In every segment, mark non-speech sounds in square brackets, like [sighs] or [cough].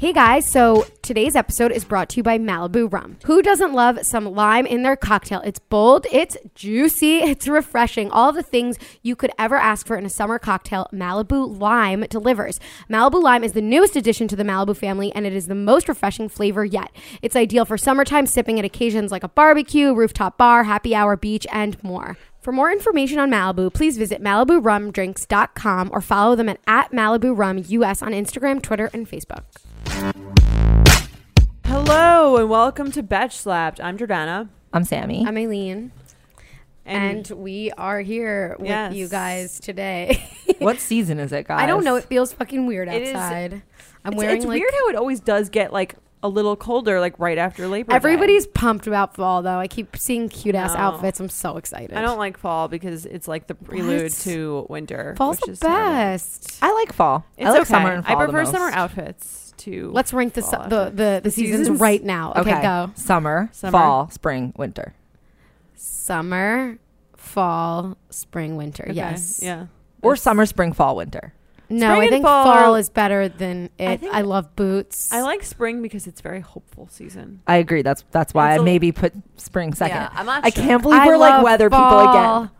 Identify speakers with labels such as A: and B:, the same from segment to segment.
A: Hey guys, so today's episode is brought to you by Malibu Rum. Who doesn't love some lime in their cocktail? It's bold, it's juicy, [laughs] it's refreshing. All the things you could ever ask for in a summer cocktail, Malibu Lime delivers. Malibu Lime is the newest addition to the Malibu family, and it is the most refreshing flavor yet. It's ideal for summertime sipping at occasions like a barbecue, rooftop bar, happy hour, beach, and more. For more information on Malibu, please visit MalibuRumDrinks.com or follow them at, at Malibu Rum US on Instagram, Twitter, and Facebook.
B: Hello and welcome to Betch Slapped. I'm Jordana.
C: I'm Sammy.
A: I'm Aileen, and, we are here with
B: Yes.
A: you guys today.
C: [laughs]
A: [laughs]
C: what season is it, guys?
A: I don't know. It feels fucking weird
B: It is-
A: outside. I'm
B: it's,
A: wearing
B: it's
A: like
B: weird how it always does get like a little colder, like right after Labor Day.
A: everybody's pumped about fall though. I keep seeing cute ass
B: No.
A: outfits. I'm so excited.
B: I don't like fall because it's like the prelude
A: What?
B: to winter.
A: Fall's
B: which
A: the
B: is terrible.
A: best.
C: I like fall.
B: It's
C: I like
B: okay.
C: summer and fall.
B: I
C: the
B: prefer summer
C: most.
B: outfits to
A: Let's rank the, su-
B: Fall
A: the,
B: outfits.
A: the the seasons,
B: seasons?
A: right now. Okay, go.
C: Summer,
B: Summer.
C: fall, spring, winter.
A: Summer, fall, spring, winter.
B: Okay,
A: Yes.
B: Yeah.
C: Or
B: That's-
C: summer, spring, fall, winter.
A: No,
B: Spring
A: I
B: and
A: think fall,
B: fall are-
A: is better than it. I,
B: think-
A: love boots.
B: I like spring because it's very hopeful season.
C: I agree. That's that's why
B: It's
C: I
B: a-
C: maybe put spring second.
B: Yeah, I'm not
C: I
B: sure.
C: can't believe
A: I
C: we're like
A: love
C: weather people
A: fall.
C: again.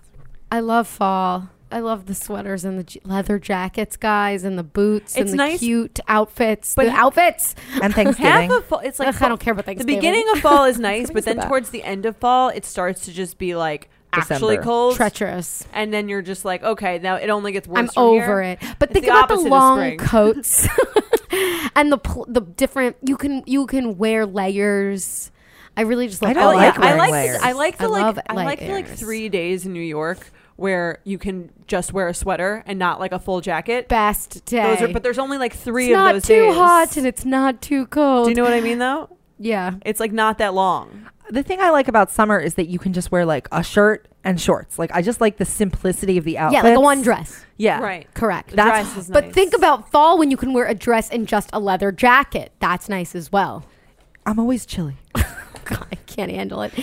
A: I love fall. I love the sweaters and the j- leather jackets, guys, and the boots and
B: It's
A: the
B: nice-
A: cute outfits.
B: but-
A: the outfits.
C: And
B: Half
C: Thanksgiving.
B: of fall, it's like
A: Ugh, I don't care about
B: the
A: Thanksgiving.
B: beginning of fall is nice, but
C: Thanksgiving's
B: then
C: the best.
B: towards the end of fall, it starts to just be like actually
C: December.
B: cold.
A: treacherous.
B: and then you're just like, okay, now it only gets worse.
A: I'm over it. But
B: It's
A: think
B: the
A: about the
B: opposite of
A: long
B: spring. [laughs]
A: coats [laughs] and the pl- the different. You can you can wear layers. I really just
C: I
A: like.
C: don't
B: I
A: all
B: like,
C: like
A: that.
B: Oh, I
C: wearing
B: like
C: layers.
B: the, I like the
A: I love
B: like I like the like
A: layers.
B: three days in New York where you can just wear a sweater and not like a full jacket.
A: best day.
B: Those are, but there's only like three
A: it's
B: of
A: not
B: those
A: too
B: days.
A: hot and it's not too cold.
B: Do you know
A: [laughs]
B: what I mean though?
A: yeah.
B: It's like not that long.
C: the thing I like about summer is that you can just wear like a shirt and shorts. Like I just like the simplicity of the outfit.
A: Yeah, like a one dress.
C: Yeah.
B: Right.
A: Correct.
B: The
C: That's-
B: dress is
A: But
B: nice.
A: think about fall when you can wear a dress and just a leather jacket. That's nice as well. [laughs]
C: I'm always chilly.
A: God, I can't handle it.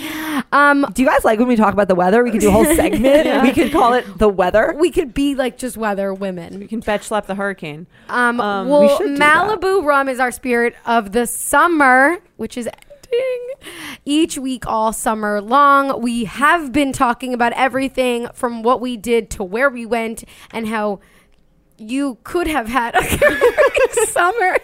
A: Um,
C: Do you guys like when we talk about the weather? We could do a whole segment. We could call it the weather.
A: we could be like just weather
B: we
A: women.
B: can fetch slap the hurricane.
A: Um,
B: Um, we
A: well,
C: should do that.
A: Malibu rum is our spirit of the summer, which is ending each week all summer long. We have been talking about everything from what we did to where we went and how you could have had a [laughs] great summer.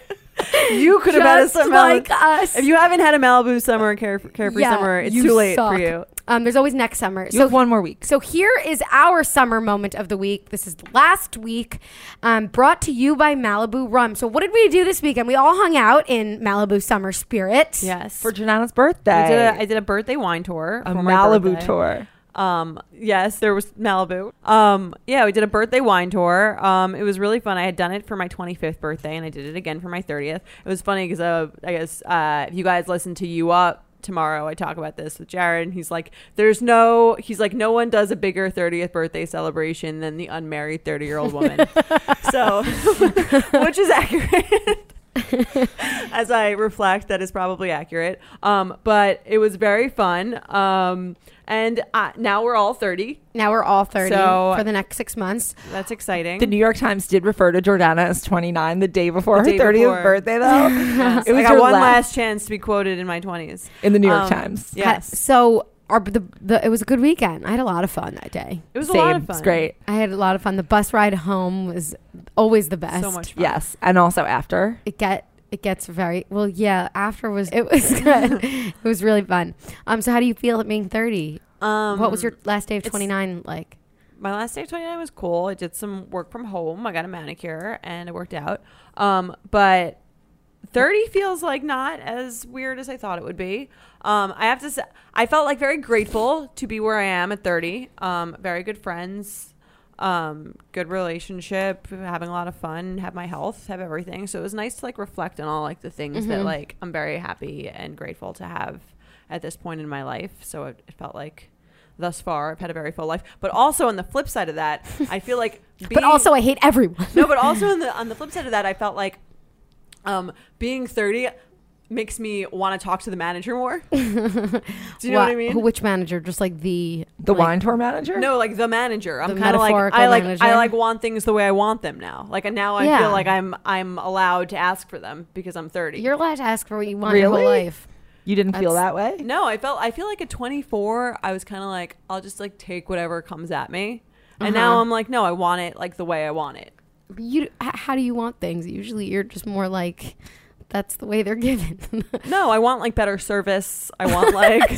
B: You could have had a
A: Just
B: summer.
A: like us.
B: If you haven't had a Malibu summer, care, carefree
A: Yeah,
B: summer, it's
A: you
B: too late for
A: suck.
B: you.
A: Um, there's always next summer.
C: You have one more week.
A: So here is our summer moment of the week. This is last week, um, brought to you by Malibu Rum. So what did we do this weekend? We all hung out in Malibu summer spirit.
B: Yes.
C: for Janana's birthday.
B: I did, a, I did a birthday wine tour.
C: a
B: for my
C: Malibu
B: birthday.
C: tour.
B: Um, yes, there was Malibu. Um, yeah, we did a birthday wine tour. Um, it was really fun. I had done it for my 25th birthday, and I did it again for my 30th. It was funny because uh, I guess uh, if you guys listen to you up tomorrow, I talk about this with Jared, and he's like, "There's no," he's like, "No one does a bigger 30th birthday celebration than the unmarried 30 year old woman." so, [laughs] which is accurate. [laughs] As I reflect, that is probably accurate. Um, but it was very fun. Um, and uh, now we're all 30.
A: Now we're all 30
B: So-
A: for the next six months.
B: That's exciting.
C: The New York Times did refer to Jordana as 29 the day before
B: The
C: her
B: day
C: 30th
B: before. [laughs]
C: birthday,
B: [laughs]
C: though.
B: Yes.
C: [laughs] It was
B: I got
C: your
B: one
C: last-
B: last chance to be quoted in my 20s.
C: in the New York
B: Um,
C: Times.
B: yeah. Yes.
A: Ha- So our, the, the, it was a good weekend. I had a lot of fun that day.
B: It was
C: Same.
B: a lot of fun.
C: It's great.
A: I had a lot of fun. The bus ride home was always the best.
B: So much fun.
C: Yes. And also after.
A: it get it gets very well. Yeah, after was it was [laughs] good. it was really fun. Um, so how do you feel at being 30?
B: Um,
A: what was your last day of
B: it's-
A: 29 like?
B: My last day of 29 was cool. I did some work from home. I got a manicure and I worked out. Um, but 30 feels like not as weird as I thought it would be. Um, I have to say, I felt like very grateful to be where I am at 30. Um, very good friends, um, good relationship, having a lot of fun, have my health, have everything. So it was nice to like reflect on all like the things that
A: Mhm.
B: like I'm very happy and grateful to have at this point in my life. So it, it felt like thus far I've had a very full life. But also on the flip side of that, I feel like being,
A: [laughs] but
B: [laughs]
A: also, I hate everyone.
B: no, but also on the on the flip side of that, I felt like um, being 30, makes me want to talk to the
A: [laughs]
B: manager more. Do you know what I mean?
A: Which manager? Just like the
C: The
A: like,
C: wine tour manager?
B: No, like the manager. I'm
A: The
B: kind of like
A: metaphorical
B: I like
A: manager.
B: I like want things the way I want them now. Like and now I
A: Yeah.
B: feel like I'm I'm allowed to ask for them because I'm 30.
A: You're allowed to ask for what you want your whole
C: Really?
A: life.
C: You didn't feel
A: That's-
C: that way?
B: no, I felt I feel like at 24 I was kind of like I'll just like take whatever comes at me. And now
A: Uh-huh.
B: I'm like no, I want it like the way I want it.
A: You, h- how do you want things? Usually, you're just more like, that's the way they're [laughs] given.
B: No, I want like better service. I
A: [laughs]
B: want like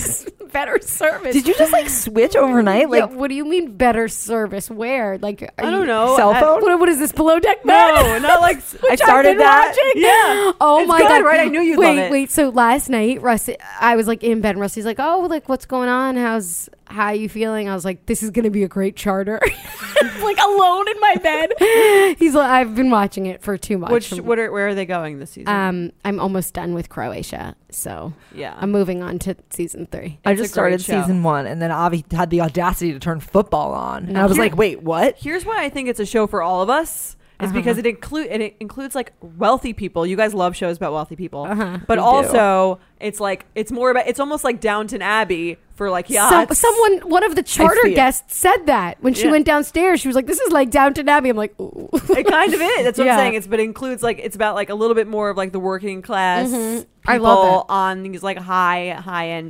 A: better service.
C: Did you just
B: [laughs]
C: like switch overnight?
A: Yeah,
C: Like
A: what do you mean better service? Where? Like, are
B: I don't
A: you-
B: know.
C: Cell
B: I-
C: phone?
A: What, what is this below deck?
B: No,
A: [laughs]
B: not like
C: I started that.
B: Yeah.
A: Oh
B: It's
A: my
B: good,
A: god!
B: right? I knew you'd
A: wait,
B: love it.
A: Wait, So last night, Rusty, I was like in bed. And Rusty's like, "Oh, like what's going on? How's how you feeling?" I was like, "This is gonna be a great charter." [laughs] like alone in my
B: [laughs]
A: bed. He's like, "I've been watching it for too much."
B: Which what are where are they going this season?
A: um, I'm almost done with Croatia, so
B: yeah.
A: I'm moving on to season three.
C: I
B: It's a
C: just started
B: great show.
C: season one, and then Avi had the audacity to turn football on, and I was
B: Here-
C: like, "Wait, what?"
B: Here's why I think it's a show for all of us. Is
A: Uh-huh.
B: because it include it includes like wealthy people. You guys love shows about wealthy people,
A: Uh-huh.
B: but
C: We do.
B: also it's like it's more about it's almost like Downton Abbey for like yeah,
A: Some, someone, one of the charter
C: see it.
A: guests said that when she
B: Yeah.
A: went downstairs, she was like, "This is like Downton Abbey." I'm like, "Ooh."
B: it kind of is. That's what
A: Yeah.
B: I'm saying. It's but it includes like it's about like a little bit more of like the working class
A: Mhm.
B: people
A: I love it.
B: on these like high high end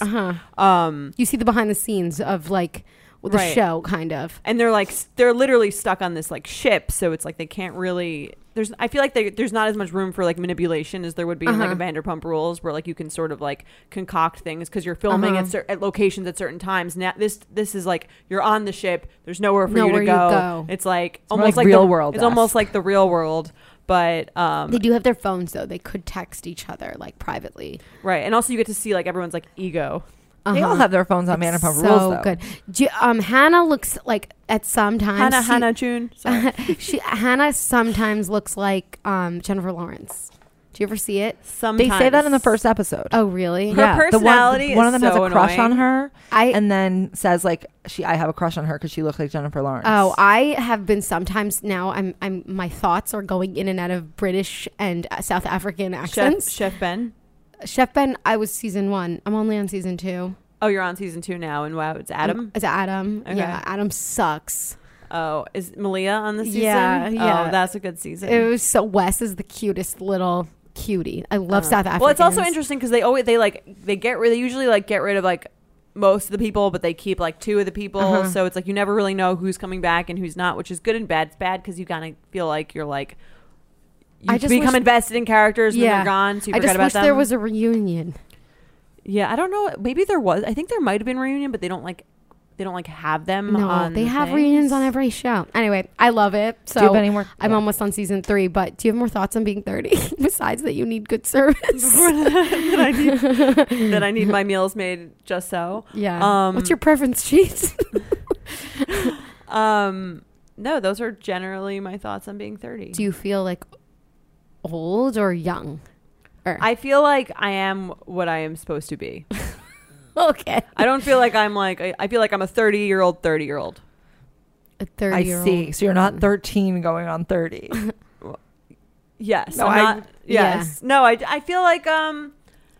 A: [laughs] Uh-huh.
B: Um,
A: You see the behind the scenes of like the
B: Right.
A: show, kind of.
B: and they're like s- they're literally stuck on this like ship, so it's like they can't really. There's I feel like they, there's not as much room for like manipulation as there would be in like
A: Uh-huh.
B: a Vanderpump Rules, where like you can sort of like concoct things because you're filming at,
A: Uh-huh.
B: cer- at locations at certain times. Now this this is like you're on the ship. There's nowhere for you
A: Nowhere
B: to
A: you
B: go.
A: go.
B: It's like
C: more
B: almost
C: like
B: like,
C: real
B: the,
C: world
B: It's almost
C: esque.
B: like the real world, but um,
A: They do have their phones though. They could text each other like privately.
B: right. And also you get to see like everyone's like ego.
C: They all
A: Uh-huh.
C: have their phones on Manipump
A: so
C: Rules, though.
A: good. Do you- um, Hannah looks like at sometimes
B: Hannah,
A: she-
B: Hannah, June. Sorry.
A: [laughs] she Hannah sometimes looks like um, Jennifer Lawrence. Do you ever see it?
C: They
B: Sometimes
C: say that in the first episode.
A: Oh, really?
B: Her
C: the one-
B: personality
C: one,
B: is
C: of them
B: so
C: has a crush
B: annoying.
C: on her,
A: I
C: and then says like, "She, I have a crush on her because she looks like Jennifer Lawrence."
A: oh, I have been sometimes now. I'm I'm my thoughts are going in and out of British and uh, South African
B: Chef,
A: accents.
B: Chef Ben.
A: Chef, Ben, I was season one. I'm only on season two.
B: Oh, you're on season two now, and wow, it's Adam.
A: It's Adam.
B: Mm-hmm. Okay.
A: Yeah, Adam sucks.
B: Oh, is Malia on the season?
A: Yeah, yeah.
B: Oh, that's a good season.
A: It was so Wes is the cutest little cutie. I love
B: Uh,
A: South Africa.
B: Well, it's also interesting because they always they like they get rid. They usually like get rid of like most of the people, but they keep like two of the people.
A: Uh-huh.
B: So it's like you never really know who's coming back and who's not, which is good and bad. It's bad because you kind of feel like you're like you
A: I just
B: become
A: wish-
B: invested in characters and
A: Yeah.
B: then they're gone. So you
A: I
B: forget
A: just
B: about
A: wish
B: them.
A: there was a reunion.
B: yeah, I don't know. Maybe there was. I think there might have been reunion, but they don't like they don't like have them.
A: No,
B: Mm, on
A: they
B: the
A: have
B: things.
A: reunions
B: [laughs]
A: on every show. Anyway, I love it. So
C: do you have any more?
A: I'm
C: Yeah.
A: almost on season three, but do you have more thoughts on being 30 [laughs] besides that you need good service?
B: Before that, that I
A: [laughs]
B: need that I need my meals made just so.
A: yeah.
B: Um,
A: What's your preference sheet?
B: Um, no, those are generally my thoughts on being
A: [laughs]
B: 30.
A: Do you feel like old or young? Or
B: I feel like I am what I am supposed to be.
A: okay,
B: I don't feel like I'm like I, I feel like I'm a 30 year old 30 year old.
A: a 30
C: I
A: year
C: see.
A: old.
C: So you're
A: [laughs]
C: not 13 going on 30.
B: Yes.
C: No,
B: I'm
C: I-
B: not, yes. No, I I feel like um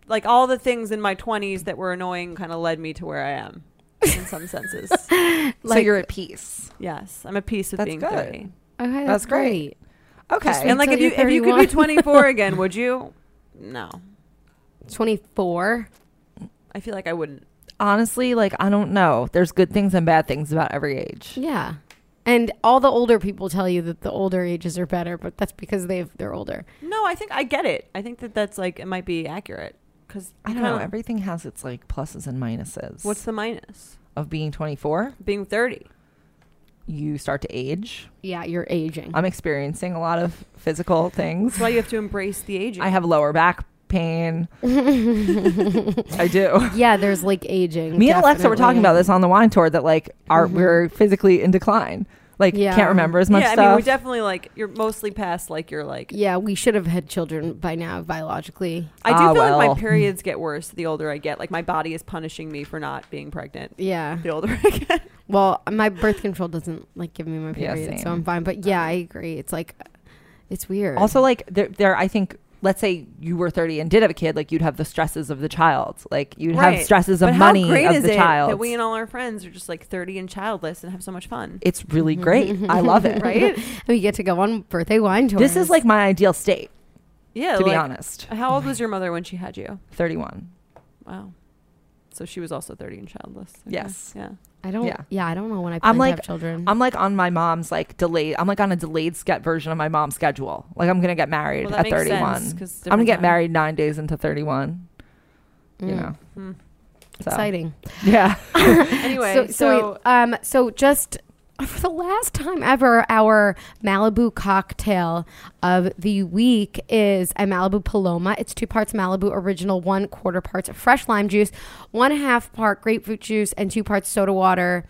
B: like all the things in my 20s that were annoying kind of led me to where I am in some senses.
C: so
A: Like-
C: you're at peace.
B: Yes, I'm at peace with
C: That's
B: being
C: good.
B: 30.
A: Okay, that's,
C: That's great. Okay.
A: Just
B: And like if
A: Until
B: you
A: you're
B: if you could be
A: 31.
C: [laughs]
B: 24 again, would you? No.
A: 24.
B: I feel like I wouldn't.
C: honestly, like I don't know. There's good things and bad things about every age.
A: Yeah. And all the older people tell you that the older ages are better, but that's because they've they're older.
B: No, I think I get it. I think that that's like it might be accurate because
C: I don't know. Everything has its like pluses and minuses.
B: What's the minus?
C: of being 24?
B: Being 30.
C: You start to age.
A: Yeah, you're aging.
C: I'm experiencing a lot of physical
B: That's
C: things.
B: why you have to embrace the aging.
C: I have lower back pain. I do.
A: [laughs] yeah, there's like aging.
C: Me and Alexa
A: definitely.
C: were talking about this on the wine tour that like our
A: Mhm.
C: we're physically in decline. Like
A: Yeah.
C: can't remember as much
B: Mm-hmm. yeah,
C: stuff.
B: I mean, we definitely like you're mostly past like you're like.
A: Yeah, we should have had children by now biologically.
B: I do
C: Ah,
B: feel like
C: well.
B: my periods get worse the older I get. Like my body is punishing me for not being pregnant.
A: Yeah.
B: The older I get.
A: Well, my birth control doesn't like give me my
C: Yeah,
A: period, so
C: same.
A: I'm fine. But yeah, I agree. It's like it's weird.
C: also like there, there I think let's say you were 30 and did have a kid, like you'd have the stresses of the child. Like you'd
B: Right.
C: have stresses of
B: But
C: money
B: how great
C: of
B: is
C: the
B: it
C: child.
B: That we and all our friends are just like 30 and childless and have so much
C: [laughs]
B: fun.
C: it's really
B: Mm-hmm.
C: great. I love
B: [laughs]
C: it.
A: right? And we get to go on birthday wine tours.
C: [laughs] This is like my ideal state,
B: Yeah,
C: to be
B: like,
C: honest.
B: How old was your mother when she had you?
C: 31.
B: Wow. So she was also 30 and childless. Okay.
C: Yes.
B: Yeah.
A: I don't. Yeah,
C: yeah.
A: I don't know when I plan
C: I'm
A: to
C: like-
A: have children.
C: I'm like on my mom's like delayed. I'm like on a delayed ske- version of my mom's schedule. Like I'm gonna get married
B: Well, that
C: at
B: makes
C: 31.
B: sense, 'cause
C: I'm gonna
B: different
C: get
B: time.
C: married nine days into 31. You
A: Mm.
C: know,
B: Hmm.
C: so.
A: Exciting.
C: Yeah,
B: Anyway,
A: so,
B: so,
A: so, wait, um, so just [laughs] for the last time ever, our Malibu cocktail of the week is a Malibu Paloma. It's two parts Malibu original, one quarter parts fresh lime juice, one half part grapefruit juice, and two parts soda water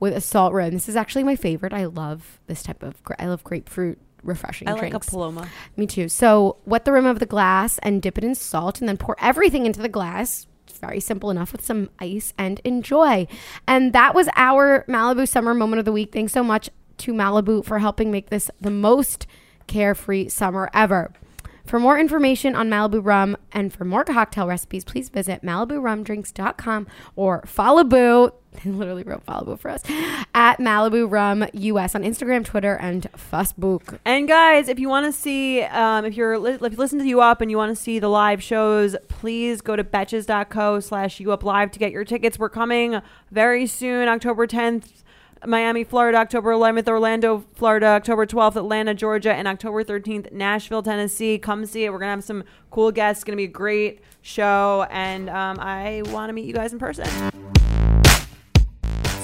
A: with a salt rim. This is actually my favorite. I love this type of. Gra- I love grapefruit refreshing
B: I like
A: drinks.
B: a paloma.
A: Me too. So wet the rim of the glass and dip it in salt and then pour everything into the glass. It's very simple enough with some ice and enjoy. And that was our Malibu summer moment of the week. Thanks so much to Malibu for helping make this the most carefree summer ever. For more information on Malibu rum and for more cocktail recipes, please visit MalibuRumDrinks.com or follow Boo. [laughs] They literally wrote follow Boo for us at Malibu Rum US on Instagram, Twitter, and Facebook.
B: And guys, if you want to see, um, if you're li- if you listen to you up and you want to see the live shows, please go to betches.co slash you up live to get your tickets. We're coming very soon, October 10th, Miami, Florida, October 11th, Orlando, Florida, October 12th, Atlanta, Georgia, and October 13th, Nashville, Tennessee. Come see it. We're gonna have some cool guests. It's gonna be a great show, and um, I want to meet you guys in person.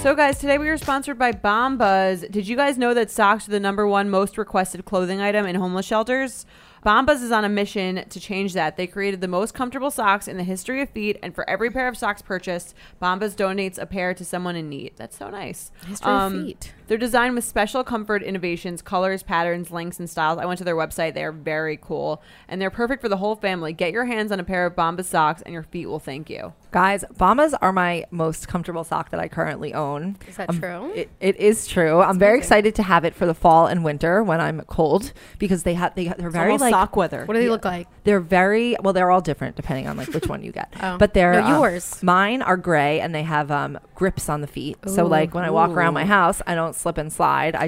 B: So, guys, today we were sponsored by Bombas. Did you guys know that socks are the number one most requested clothing item in homeless shelters? Bombas is on a mission to change that. They created the most comfortable socks in the history of feet, and for every pair of socks purchased, Bombas donates a pair to someone in need. That's so nice. Um,
A: History of feet.
B: They're designed with special comfort innovations, colors, patterns, lengths, and styles. I went to their website. They are very cool, and they're perfect for the whole family. Get your hands on a pair of Bombas socks, and your feet will thank you.
C: [laughs] guys, Bombas are my most comfortable sock that I currently own.
A: Is that
C: Um,
A: true?
C: It, it is true. I'm very excited to have it for the fall and winter when I'm cold because they have they they're
B: It's
C: very
B: almost
C: like
B: sock weather.
A: What do they look like?
C: They're very well. They're all different depending on like which one
B: [laughs]
C: you get.
A: Oh.
C: But they're
A: No,
C: um, [laughs]
A: yours.
C: mine are gray and they have um, grips on the feet. So
A: Ooh.
C: like when I walk around my
B: Ooh.
C: house, I don't slip and slide. I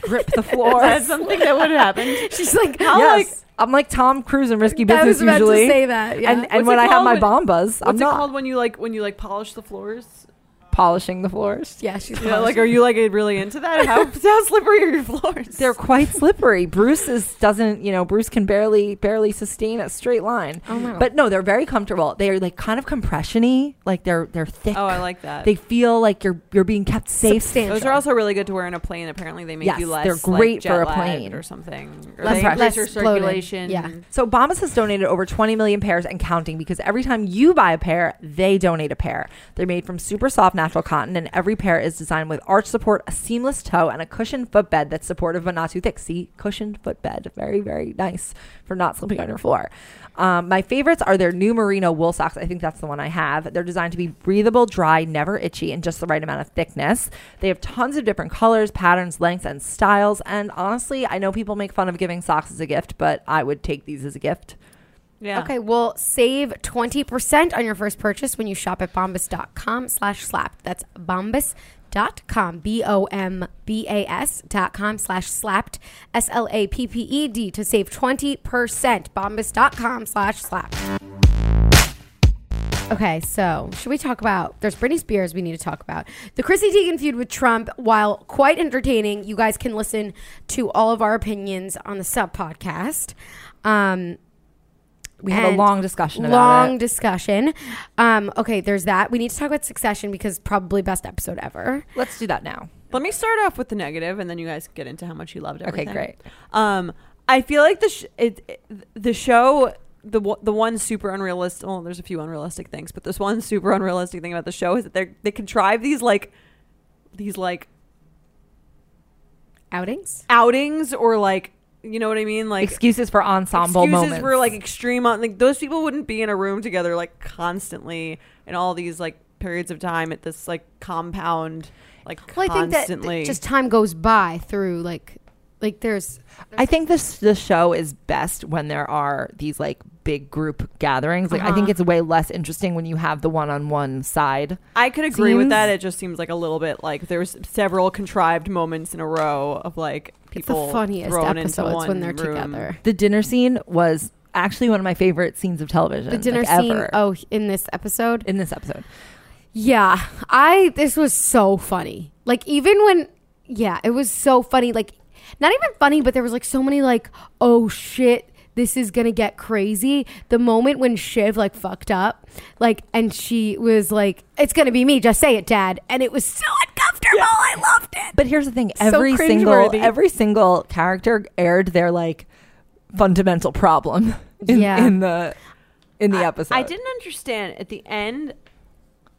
B: [laughs]
C: grip the floor.
B: That's something that would [laughs] happen.
A: She's like, [laughs]
B: How like
C: yes, I'm like Tom Cruise in Risky Business
A: I was about
C: usually.
A: to say that. Yeah.
C: And and
B: What's
C: when
B: it
C: I have my
B: called
C: bombas, I'm
B: what's it
C: not
B: called when you like when you like polish the floors?
C: polishing the floors.
A: yeah, she's
B: Yeah, like are you like really into that? [laughs] How, how slippery are your floors? [laughs]
C: They're quite slippery. Bruce is doesn't you know Bruce can barely barely sustain a straight line.
A: Oh, wow.
C: But no, they're very comfortable. They are like kind of compression-y. Like they're they're thick.
B: oh, I like that.
C: They feel like you're you're being kept safe.
A: Substantial.
B: Those are also really good to wear in a plane. Apparently, they make
C: Yes,
B: you less.
C: they're
B: like,
C: great for a
B: jet-lagged
C: plane.
B: or something. Or
A: Less
B: they
C: pressure.
B: increase your
A: Less bloated.
B: circulation.
A: Yeah.
C: So Bombas has donated over 20 million pairs and counting because every time you buy a pair, they donate a pair. They're made from super soft natural cotton and every pair is designed with arch support, a seamless toe, and a cushioned footbed that's supportive but not too thick. See, cushioned footbed. Very, very nice for not slipping on your floor. Um, my favorites are their new merino wool socks. I think that's the one I have. They're designed to be breathable, dry, never itchy, and just the right amount of thickness. They have tons of different colors, patterns, lengths, and styles. And honestly, I know people make fun of giving socks as a gift, but I would take these as a gift.
B: Yeah.
A: Okay, well, save 20% on your first purchase when you shop at bombas.com slash slapped. That's bombas.com, B-O-M-B-A-S dot com slash slapped, S-L-A-P-P-E-D E to save 20%, bombas.com slash slapped. Okay, so should we talk about? There's Britney Spears we need to talk about. The Chrissy Teigen feud with Trump, while quite entertaining, you guys can listen to all of our opinions on the sub podcast. Um,
C: We had a
A: and
C: long discussion about
A: long
C: it.
A: discussion. Um, okay, there's that. We need to talk about Succession because probably best episode ever.
C: Let's do that now.
B: Let me start off with the negative, and then you guys can get into how much you loved
C: Okay,
B: everything.
C: great.
B: Um, I feel like the sh- it, it- the show the wo- the one super unrealistic. Well, there's a few unrealistic things, but this one [laughs] super unrealistic thing about the show is that they they contrive these like these like
A: Outings.
B: outings or like you know what I mean like.
C: Excuses for ensemble
B: excuses
C: moments.
B: were like extreme on like those people wouldn't be in a room together like constantly in all these like periods of time at this like compound like
A: Well, I think that
B: constantly
A: th- just time goes by through like Like there's
C: I think this the show is best when there are these like big group gatherings. Like I think
A: Uh-huh.
C: it's way less interesting when you have the one on one side.
B: I could agree with
A: Seems-
B: that. It just seems like a little bit like there's several contrived moments in a row of like
A: it's the
B: people
A: funniest
B: thrown into
A: episodes
B: one
A: when they're
B: room.
A: together.
C: The dinner scene was actually one of my favorite scenes of television.
A: The dinner
C: like,
A: scene.
C: ever.
A: Oh, in this episode.
C: in this episode.
A: Yeah, I this was so funny. Like even when yeah, it was so funny. Like not even funny, but there was like so many like oh shit, this is going to get crazy. The moment when Shiv like fucked up, like and she was like it's going to be me, just say it, dad. And it was so uncomfortable. I loved it.
C: But here's the thing:
A: So
C: every single
A: cringeworthy.
C: every single character aired their like fundamental problem [laughs] in,
A: Yeah.
C: in the in the
B: I-
C: episode.
B: I didn't understand at the end.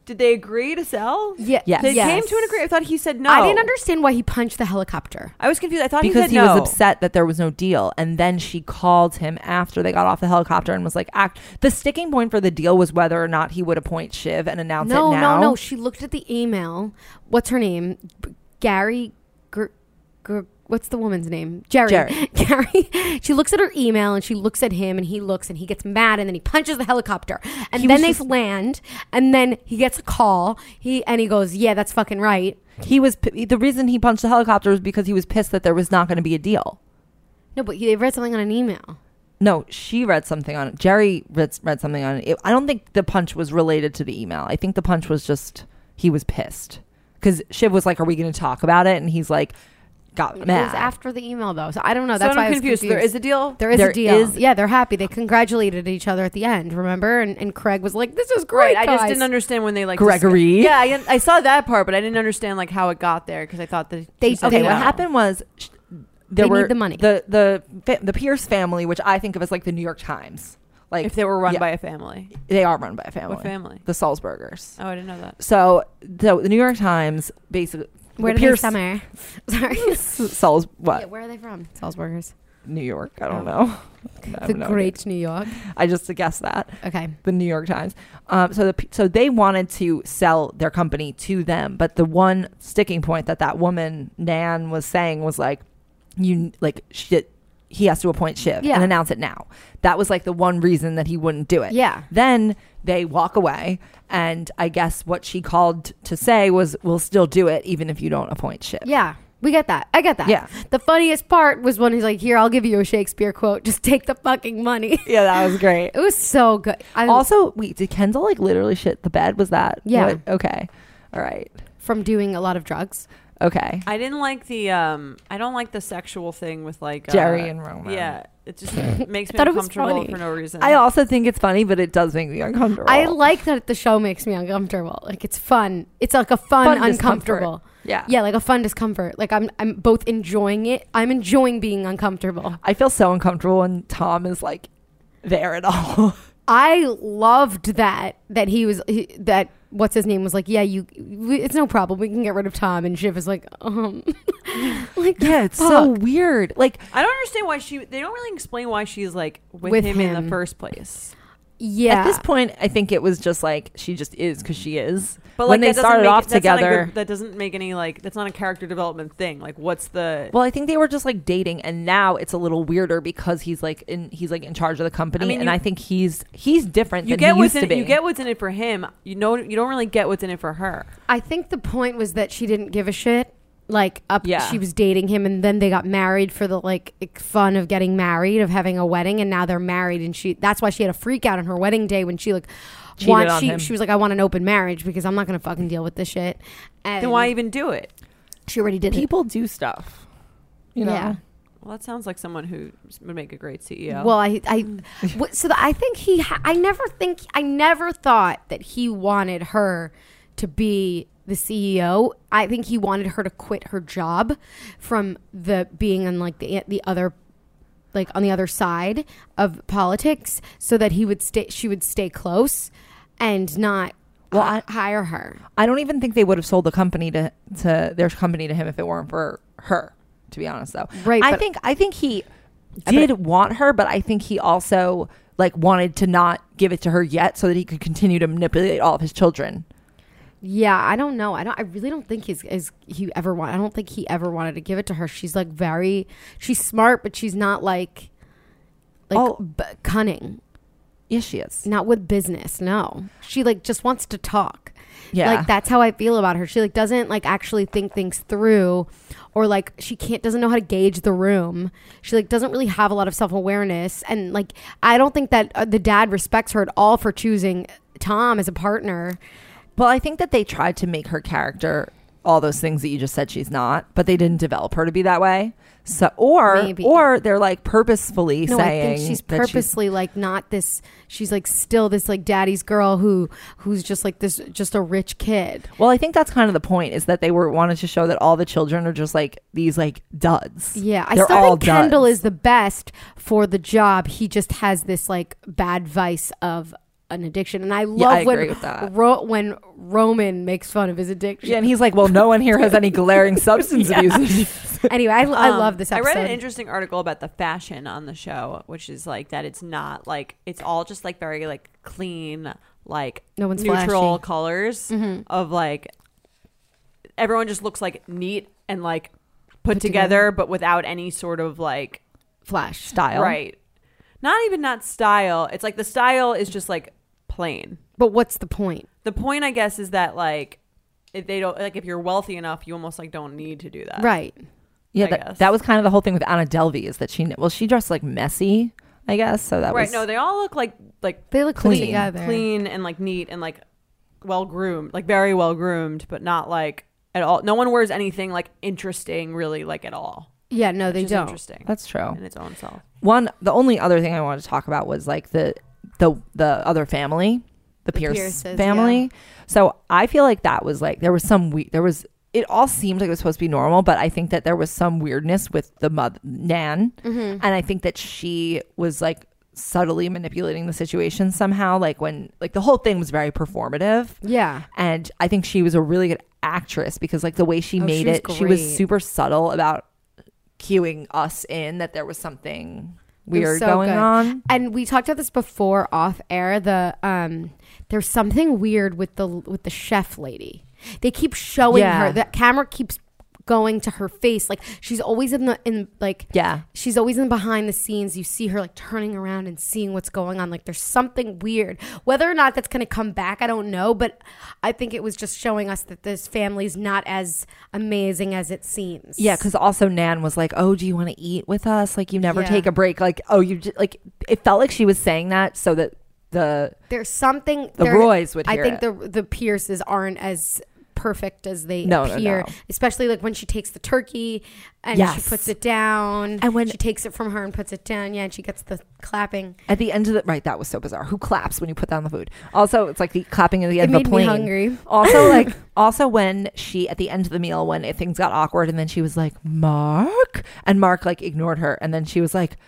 B: Did they agree to sell?
A: Yeah.
C: Yes.
B: They
A: yes.
B: came to an agreement. I thought he said no.
A: I didn't understand why he punched the helicopter.
B: I was confused. I thought he
C: because
B: said
C: he,
B: no.
C: was upset that there was no deal and then she called him after they got off the helicopter and was like act the sticking point for the deal was whether or not he would appoint shiv and announce
A: No,
C: it now
A: no, no. She looked at the email. What's her name? B- Gary. Gr- Gr- what's the woman's name? Jerry.
C: Jerry.
A: [laughs] Gary. She looks at her email and she looks at him and he looks and he gets mad and then he punches the helicopter and
C: He
A: then
C: was
A: they
C: just-
A: land and then he gets a call. He and he goes, "Yeah, that's fucking right."
C: he was p- the reason he punched the helicopter was because he was pissed that there was not going to be a deal
A: No, but they read something on an email.
C: no she read something on it jerry read, read something on it. it i don't think the punch was related to the email i think the punch was just he was pissed because shiv was like are we going to talk about it and he's like got
A: It was
C: mad
A: after the email though, so I don't know.
B: So
A: That's why
B: I'm
A: I was
B: confused.
A: confused.
B: There is a deal.
A: There is
C: There
A: a deal.
C: is-
A: yeah, they're happy. They congratulated each other at the end, remember? And, and Craig was like, "This is great."
B: Right. I just
A: guys."
B: didn't understand when they like
C: Gregory.
B: discussed- Yeah, I, didn't- I saw that part, but I didn't understand like how it got there because I thought that
A: They-
B: he said
C: okay,
A: they
B: no.
C: what happened was sh- there
A: They need
C: were
A: the money.
C: The the fa- the Pierce family, which I think of as like the New York Times, like
B: if they were run
C: Yeah.
B: by a family?
C: they are run by a family,
B: What family?
C: the Salzburgers.
B: Oh, I didn't know that.
C: So the, the New York Times basically
A: Where
C: the
A: do they
C: Pierce- [laughs]
A: summer? [laughs] Sorry.
C: Salz what
A: Yeah, where are they from? Salzburgers.
C: New York? I don't
A: Oh.
C: know. [laughs] I have
A: the
C: no
A: great New York.
C: idea. I just guessed that
A: Okay.
C: the New York Times. Um, so the p- so they wanted to sell their company to them, but the one sticking point that that woman Nan was saying was like, you like shit. He has to appoint Shiv
A: Yeah.
C: and announce it now. That was like the one reason that he wouldn't do it.
A: Yeah.
C: Then they walk away, and I guess what she called to say was, "We'll still do it even if you don't appoint Shiv."
A: Yeah. We get that. I get that.
C: Yeah.
A: The funniest part was when he's like, Here, I'll give you a Shakespeare quote. [laughs] Just take the fucking money. [laughs]
C: Yeah, that was great.
A: It was so good. I
C: also, wait, did Kendall like literally shit the bed? Was that
A: Yeah.
C: what- okay? All right.
A: from doing a lot of drugs.
C: Okay.
B: I didn't like the um. I don't like the sexual thing with like uh,
C: Jerry and Roman.
B: Yeah, it
C: [laughs]
B: just makes me
A: thought it was
B: uncomfortable
A: funny.
B: for no reason.
C: I also think it's funny, but it does make me uncomfortable.
A: I like that the show makes me uncomfortable. Like it's fun. It's like a fun,
C: Fun discomfort.
A: uncomfortable.
C: yeah.
A: Yeah, like a fun discomfort. Like I'm I'm both enjoying it. I'm enjoying being uncomfortable.
C: I feel so uncomfortable when Tom is like there at all.
A: I loved that that he was he, that what's his name was like yeah you we, it's no problem we can get rid of Tom and Shiv is like um [laughs] like
C: [laughs] yeah, it's
A: so
C: weird. Like
B: I don't understand why she. They don't really explain why she's like with,
A: With
B: him, in
A: him.
B: the first place.
A: yeah
C: at this point, I think it was just like she just is because she is.
B: But like
C: When they
B: that doesn't
C: started
B: make-
C: off
B: that's not a
C: together-
B: good- that doesn't make any like that's not a character development thing. Like, what's the?
C: Well, I think they were just like dating, and now it's a little weirder because he's like in he's like in charge of the company,
B: I mean,
C: and
B: you-
C: I think he's he's different.
B: you
C: than
B: get
C: he
B: what's
C: used
B: in,
C: to be.
B: you get what's in it for him. You know, you don't really get what's in it for her.
A: I think the point was that she didn't give a shit like up
C: Yeah.
A: she was dating him and then they got married for the like fun of getting married of having a wedding and now they're married and she that's why she had a freak out on her wedding day when she like
C: Cheated
A: wants
C: on
A: she
C: him.
A: she was like I want an open marriage because I'm not gonna fucking deal with this shit and
B: Then why even do it?
A: she already did
C: people do stuff. You know,
A: Yeah.
B: Well, that sounds like someone who would make a great E CEO.
A: Well, I, I,
C: Mm.
A: [laughs] w- so the, I think he, ha- I never think, I never thought that he wanted her to be the CEO. I think he wanted her to quit her job from the being on like the the other, like on the other side of politics, so that he would stay, she would stay close, and not.
C: Well,
A: hi- hire her.
C: I don't even think they would have sold the company to to their company to him if it weren't for her. To be honest, though,
A: Right,
C: I
A: but-
C: think I think he did want her, but I think he also like wanted to not give it to her yet, so that he could continue to manipulate all of his children.
A: Yeah, I don't know. I don't. I really don't think he's is he ever want. I don't think he ever wanted to give it to her. She's like very. She's smart, but she's not like, like
C: Oh.
A: b- cunning.
C: Yes, she is.
A: Not with business. No, she like just wants to talk.
C: Yeah.
A: like that's how I feel about her. She like doesn't like actually think things through, or like she can't doesn't know how to gauge the room. She like doesn't really have a lot of self awareness, and like I don't think that uh, the dad respects her at all for choosing Tom as a partner.
C: Well, I think that they tried to make her character all those things that you just said she's not, but they didn't develop her to be that way. So, or
A: Maybe.
C: or they're like purposefully
A: No, I
C: saying
A: think she's
C: that
A: purposely like not this. She's like still this like daddy's girl who who's just like this just a rich kid.
C: well, I think that's kind of the point is that they were wanted to show that all the children are just like these like duds.
A: Yeah, I
C: They're
A: still
C: all
A: think Kendall
C: duds.
A: is the best for the job. He just has this like bad vice of an addiction, and I love
C: I agree
A: when
B: [laughs]
C: with that.
A: Ro- when Roman makes fun of his addiction.
C: Yeah, and he's like, well, no one here has
B: [laughs]
C: any glaring substance abuse. [laughs] issues.
A: [laughs] anyway, I, I
B: Um,
A: love this episode.
B: I read an interesting article about the fashion on the show, which is like that it's not like it's all just like very like clean, like
A: No one's
B: neutral
A: flashy. Mm-hmm.
B: colors of like everyone just looks like neat and like put, together, but without any sort of like
A: Flash
C: Style.
B: right. Not even not style. It's like the style is just like plain.
A: but what's the point?
B: The point I guess is that like if they don't like if you're wealthy enough, you almost like don't need to do that.
A: right.
C: Yeah,
B: I
C: that,
B: guess.
C: that was kind of the whole thing with Anna Delvey is that she well she dressed like messy, I guess. So that
B: right.
C: was
B: No, they all look like like
A: They look
C: Clean.
A: clean. together.
B: clean and like neat and like well groomed, like very well groomed, but not like at all. No one wears anything like interesting, really, like at all.
A: Yeah. No, they
B: Which is
A: don't.
B: Interesting
C: that's true.
B: in its own self.
C: One, the only other thing I wanted to talk about was like the the the other family, the, Pierce
A: Pierces,
C: family. So I feel like that was like there was some we there was it all seemed like it was supposed to be normal, but I think that there was some weirdness with the mother Nan,
A: Mm-hmm.
C: and I think that she was like subtly manipulating the situation somehow. Like when like the whole thing was very performative,
A: Yeah.
C: and I think she was a really good actress because like the way she
A: Oh,
C: made
A: she was
C: it, she was
A: great.
C: super subtle about cueing us in that there was something
A: It was
C: weird
A: so
C: going
A: good.
C: on.
A: And we talked about this before off air. The um, there's something weird with the with the chef lady. They keep showing
C: Yeah.
A: her. The camera keeps going to her face. Like she's always in the in like
C: Yeah.
A: she's always in behind the scenes. You see her like turning around and seeing what's going on. Like there's something weird. Whether or not that's going to come back, I don't know. But I think it was just showing us that this family's not as amazing as it seems.
C: Yeah, because also Nan was like, "Oh, do you want to eat with us? Like, you never
A: Yeah.
C: take a break. Like, oh, you j-, like." It felt like she was saying that so that the
A: there's something.
C: The
A: there-
C: Roys would hear
A: I think the the Pierces aren't as perfect as they
C: No, no,
A: appear,
C: no.
A: especially like when she takes the turkey and she
C: Yes.
A: puts it down,
C: And when-
A: she takes it from her and puts it down. Yeah, and she gets the clapping.
C: at the end of the right that was so bizarre. Who claps when you put down the food? Also, it's like the clapping at the end
A: it
C: of
A: made
C: a plane.
A: me hungry.
C: Also,
A: [laughs]
C: like, also when she at the end of the meal when it, things got awkward, and then she was like, "Mark," and Mark like ignored her, and then she was like,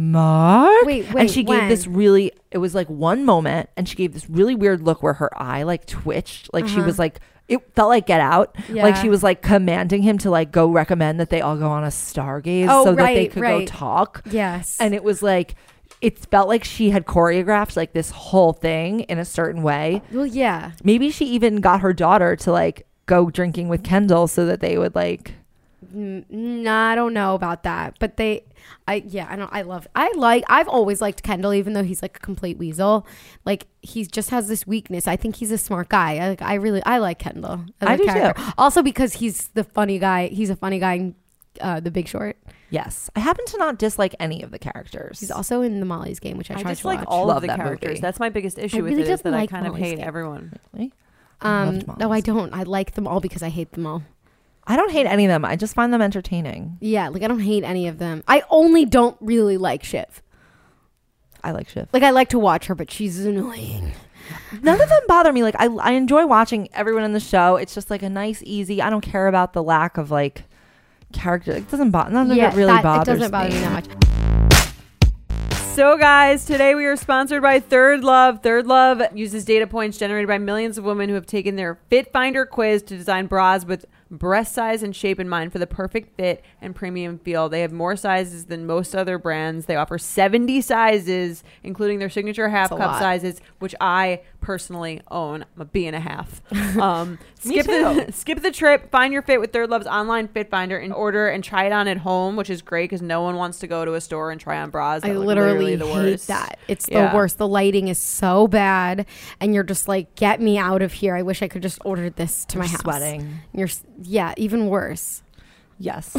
C: "Mark,"
A: Wait, wait,
C: and she gave this really. It was like one moment, and she gave this really weird look where her eye like twitched, like she
A: Uh-huh.
C: was like. It felt like Get Out, like
A: Yeah.
C: she was like commanding him to like go recommend that they all go on a stargaze
A: Oh,
C: so that they
A: right,
C: could
A: right.
C: go talk.
A: Yes,
C: And it was like, it felt like she had choreographed like this whole thing in a certain way.
A: well, yeah.
C: Maybe she even got her daughter to like go drinking with Kendall so that they would like.
A: Mm, No, I don't know about that, but they, I yeah, I don't. I love. I like. I've always liked Kendall, even though he's like a complete weasel. Like he just has this weakness. I think he's a smart guy. I, like, I really, I like Kendall.
C: I
A: like
C: do
A: too. Also because he's the funny guy. He's a funny guy in uh, The Big Short.
C: Yes, I happen to not dislike any of the characters.
A: He's also in the Molly's Game, which I,
B: I,
A: tried
B: just
A: to
B: like
A: watch.
B: all
C: Love
B: of the
C: that
B: characters.
C: movie.
B: That's my biggest issue
A: really
B: with it is
A: didn't
B: that
A: like
B: I kind of
A: Molly's
B: hate
A: Game.
B: everyone.
C: Really?
A: Um,
C: loved
A: no, I
C: Molly's.
A: don't. I like them all because I hate them all.
C: I don't hate any of them. I just find them entertaining.
A: Yeah, like I don't hate any of them. I only don't really like Shiv.
C: I like Shiv.
A: Like I like to watch her, but she's annoying.
C: None of them bother me. Like I, I enjoy watching everyone in the show. It's just like a nice, easy. I don't care about the lack of like character. It doesn't bother. None of it really
A: that-
C: bothers.
A: it doesn't bother me that much.
B: So, guys, today we are sponsored by Third Love. Third Love uses data points generated by millions of women who have taken their Fit Finder quiz to design bras with breast size and shape in mind for the perfect fit and premium feel. They have more sizes than most other brands. They offer 70 sizes, including their signature half
A: That's a
B: cup
A: lot.
B: sizes, which I personally own. I'm a B and
A: [laughs]
B: a half. Um, skip the [laughs] skip the trip. Find your fit with Third Love's online fit finder and order and try it on at home, which is great because no one wants to go to a store and try on bras.
A: I
B: that look
A: literally,
B: the
A: hate
B: worst.
A: that. It's
B: Yeah.
A: the worst. The lighting is so bad, and you're just like, "Get me out of here!" I wish I could just order this to my
C: You're
A: house.
C: sweating.
A: You're s- yeah, even worse.
C: Yes.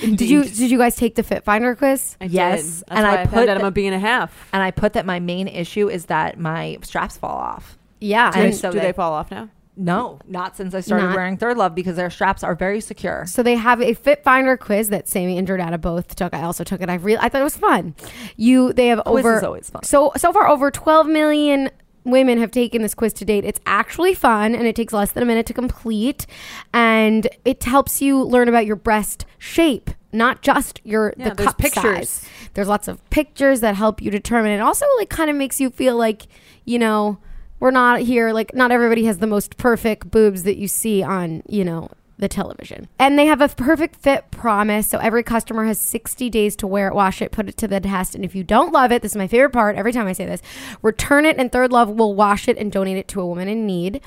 A: Did you did you guys take the Fit Finder quiz?
B: I
C: Yes,
B: did. That's
C: and
B: why
C: I
B: I,
C: put
B: put that I'm
C: the-
B: a B and a half.
C: [laughs] and I put that my main issue is that my straps fall off.
A: Yeah,
C: And
B: Do,
A: and
B: they,
C: so
B: do they
C: they-
B: fall off now?
C: No, not since I started
A: Not-
C: wearing Third Love because their straps are very secure.
A: So they have a Fit Finder quiz that Sammy and Jordana both took. I also took it. I really I thought it was fun. You they have
C: Quiz
A: over
C: is always fun.
A: so so far over 12 million women have taken this quiz to date. It's actually fun and it takes less than a minute to complete and it helps you learn about your breast shape, not just your
B: Yeah,
A: the
B: there's
A: cup
B: pictures.
A: size. There's lots of pictures that help you determine. It also like kind of makes you feel like, you know, we're not here like not everybody has the most perfect boobs that you see on, you know, the television. And they have a perfect fit promise. So every customer has 60 days to wear it, wash it, put it to the test. And if you don't love it, this is my favorite part every time I say this, return it and Third Love will wash it and donate it to a woman in need.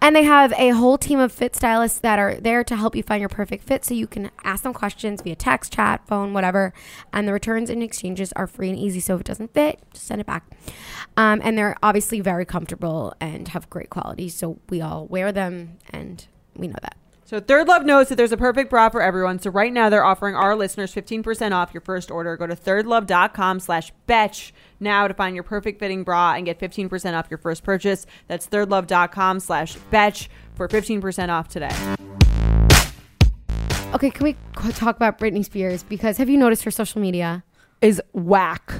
A: And they have a whole team of fit stylists that are there to help you find your perfect fit. So you can ask them questions via text, chat, phone, whatever. And the returns and exchanges are free and easy. So if it doesn't fit, just send it back. Um, and they're obviously very comfortable and have great quality. So we all wear them and we know that.
B: So Third Love knows that there's a perfect bra for everyone. So right now they're offering our listeners 15% off your first order. Go to thirdlove.com slash betch now to find your perfect fitting bra and get 15% off your first purchase. That's thirdlove.com slash betch for 15% off today.
A: Okay, can we qu- talk about Britney Spears? Because have you noticed her social media?
C: Is whack.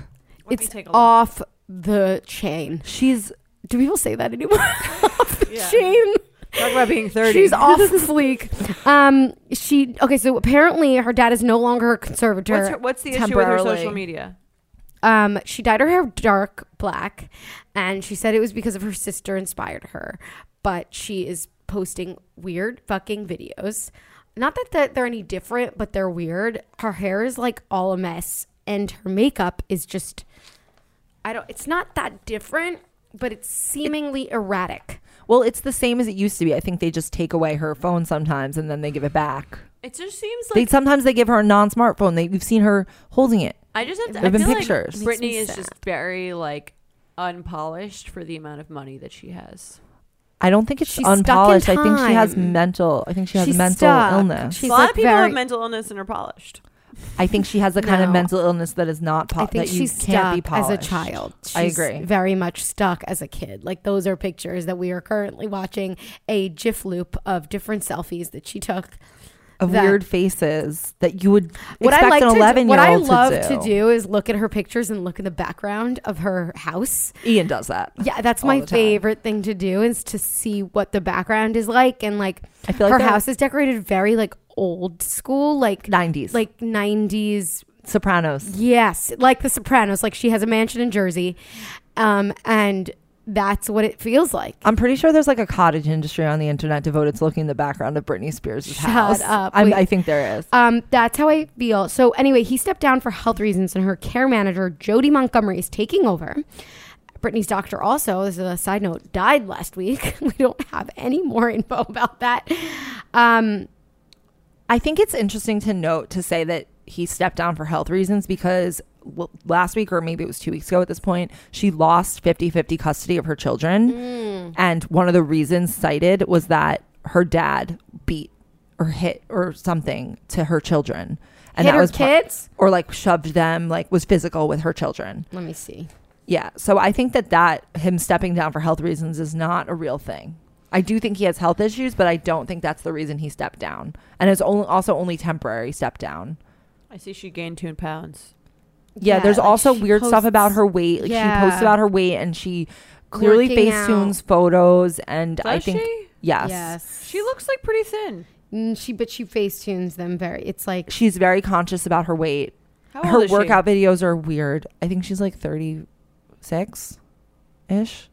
B: Let me
A: it's
B: take a look.
A: off the chain.
C: She's
A: Do people say that anymore? [laughs] off the
B: Yeah.
A: chain.
B: Talk about being 30.
A: She's
B: [laughs]
A: off fleek. Um, she okay. So apparently, her dad is no longer her conservator.
B: what's, her, what's the issue with her
C: temporarily.
B: social media?
A: um, she dyed her hair dark black, and she said it was because of her sister inspired her. But she is posting weird fucking videos. Not that that they're any different, but they're weird. Her hair is like all a mess, and her makeup is just. I don't. It's not that different, but it's seemingly erratic.
C: well, it's the same as it used to be. I think they just take away her phone sometimes and then they give it back.
B: It just seems
C: they sometimes they give her a non-smartphone. They you've seen her holding it.
B: I just have to.
C: There've
B: I
C: been
B: feel
C: pictures.
B: Like
A: Makes me
B: Britney is
A: sad.
B: just very like unpolished for the amount of money that she has.
C: I don't think it's
A: She's stuck in
C: unpolished. I think she has
A: time.
C: mental. I think she has
A: She's
C: mental
A: stuck.
C: illness.
A: She's
B: a lot
A: like
B: of people
A: very-
B: have mental illness and are polished.
C: I think she has the kind of
A: No.
C: mental illness that is not po-
A: I think
C: that you
A: she's
C: can't be
A: stuck as a
C: polished
A: child. She's
C: I agree.
A: Very much stuck as a kid. Like those are pictures that we are currently watching a GIF loop of different selfies that she took.
C: of
A: that-
C: weird faces that you would
A: What
C: expect
A: I like
C: an
A: to do,
C: eleven
A: what
C: year
A: I
C: old
A: love to do. is look at her pictures and look in the background of her house.
C: Ian does that.
A: Yeah, that's
C: All
A: my
C: the time.
A: favorite thing to do is to see what the background is like and like
C: I feel like
A: her
C: they're
A: house is decorated very like old school, like
C: 90s like
A: like 90s
C: Sopranos.
A: Yes, like The Sopranos. Like she has a mansion in Jersey, um, and that's what it feels like.
C: I'm pretty sure there's like a cottage industry on the internet devoted to looking in the background of Britney Spears'
A: Shut
C: house.
A: up,
C: I'm,
A: wait.
C: I think there is.
A: Um, that's how I feel. So anyway, he stepped down for health reasons, and her care manager Jody Montgomery is taking over. Brittany's doctor also, this is a side note, died last week. [laughs] we don't have any more info about that. Um,
C: I think it's interesting to note to say that he stepped down for health reasons because l- last week or maybe it was two weeks ago at this point she lost 50-50 custody of her children and one of the reasons cited was that her dad beat or hit or something to her children and
A: hit
C: that
A: her
C: was par-
A: kids.
C: or like shoved them like was physical with her children
A: Let me see.
C: yeah so i think that that him stepping down for health reasons is not a real thing i do think he has health issues but i don't think that's the reason he stepped down and it's only also only temporary step down
B: I see she gained two pounds.
C: yeah,
A: Yeah,
C: there's
A: like
C: also
A: she
C: weird stuff
A: posts-
C: about her weight like she posts
A: Yeah.
C: about her weight and she clearly
A: Working
C: facetunes photos and i
B: Does
C: think
B: she?
C: yes.
B: She looks like pretty thin.
A: Mm, she but she face tunes them very. It's like
C: she's very conscious about her weight
B: How
C: her
B: old is she?
C: workout videos are weird i think she's like 36 ish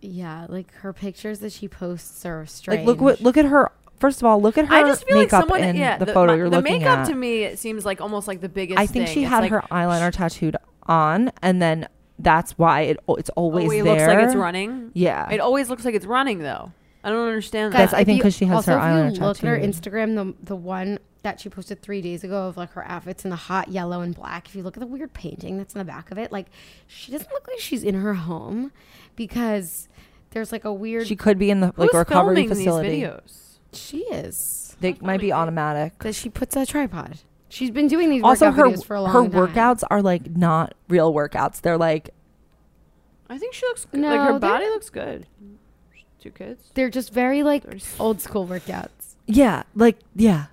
A: yeah, like her pictures that she posts are strange.
C: Like look what look at her First of all, look at her
B: I just feel like
C: makeup
B: someone
C: in
B: yeah,
C: the, photo
B: my-
C: you're
B: the
C: looking
B: makeup
C: at.
B: to me it seems like almost like the biggest
C: I think
B: thing.
C: she
B: It's
C: had
B: like,
C: her eyeliner tattooed on, and then that's why it oh, it's
A: Oh,
C: always
B: always
C: there.
B: oh, looks like it's running.
C: Yeah,
B: It always looks like it's running though. I don't understand
A: Guys,
B: that.
C: That's- I
A: if
C: think
A: you-
C: 'cause she has
A: also,
C: her
A: if
C: eyeliner
A: you look at her
C: tattooed.
A: Instagram, the the one that she posted three days ago of like her outfits in the hot yellow and black. If you look at the weird painting that's in the back of it, like she doesn't look like she's in her home because there's like a weird.
C: she
A: She,
C: could be in the like
B: Who's
C: recovery
B: filming
C: facility.
B: These videos?
A: is
C: They might be automatic.
A: because she puts a tripod. She's been doing these
C: Also,
A: workout
C: her
A: videos for a long
C: her
A: time.
C: workouts are like not real workouts. They're like
B: I think she looks
A: No,
B: like her
A: they're-
B: body looks good. Two kids.
A: They're just very like
B: There's-
A: old school workouts.
C: yeah, like yeah,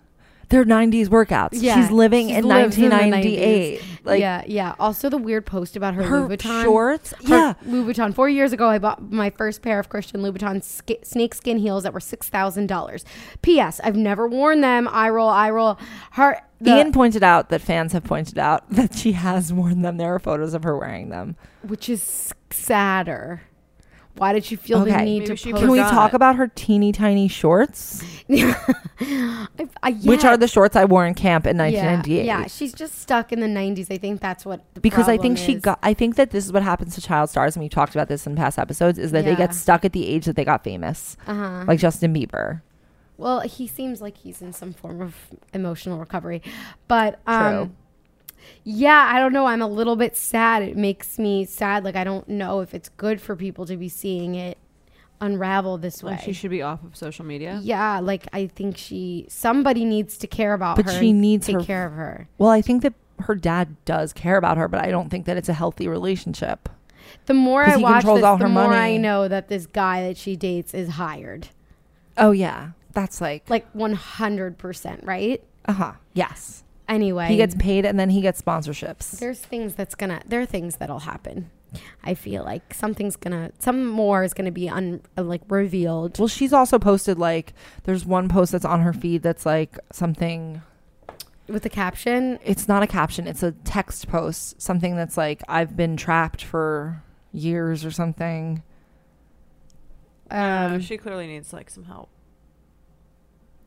C: they're '90s workouts.
A: Yeah,
C: she's living
A: she
C: in
A: lives in the
C: 1998. Like
A: yeah, yeah. Also, the weird post about her,
C: her
A: Louis Vuitton
C: shorts.
A: Her
C: Yeah,
A: Louboutin. Four years ago, I bought my first pair of Christian Louboutin sk- snakeskin heels that were six thousand dollars. P.S. I've never worn them. I roll, I roll. Her the-
C: Ian pointed out that fans have pointed out [laughs] that she has worn them. There are photos of her wearing them.
A: which is s- sadder. Why did she feel the
C: Okay.
A: need
B: Maybe
A: to
B: she
A: post?
C: Can we
B: Forgot.
C: talk about her teeny tiny shorts,
A: [laughs] I, I, yeah,
C: which are the shorts I wore in camp in
A: yeah,
C: 1998?
A: Yeah, she's just stuck in the '90s. I think that's what the
C: Because I
A: problem
C: think she
A: is.
C: got. I think that this is what happens to child stars, and we've talked about this in past episodes, is that they
A: Yeah.
C: get stuck at the age that they got famous,
A: Uh-huh.
C: like Justin Bieber.
A: Well, he seems like he's in some form of emotional recovery. But um
C: True.
A: yeah, I don't know. I'm a little bit sad. It makes me sad. Like I don't know if it's good for people to be seeing it unravel this way.
B: Like she should be off of social media.
A: yeah, like I think she somebody needs to care about
C: But
A: her.
C: she
A: and
C: needs
A: take
C: her-
A: care of her.
C: Well, I think that her dad does care about her, but I don't think that it's a healthy relationship.
A: The more
C: 'Cause
A: I
C: he
A: watch
C: controls
A: this,
C: all
A: the
C: her
A: more I
C: money.
A: know that this guy that she dates is hired.
C: Oh yeah, that's like,
A: Like uh-huh. 100%, right?
C: uh huh, yes.
A: Anyway,
C: He gets paid, and then he gets sponsorships.
A: There's things that's gonna. There are things that'll happen. I feel like something's gonna. Some more is gonna be un uh, like revealed.
C: Well, she's also posted like there's one post that's on her feed that's like something.
A: With the caption,
C: It's not a caption. It's a text post. Something that's like I've been trapped for years or something.
A: um,
B: she clearly needs like some help.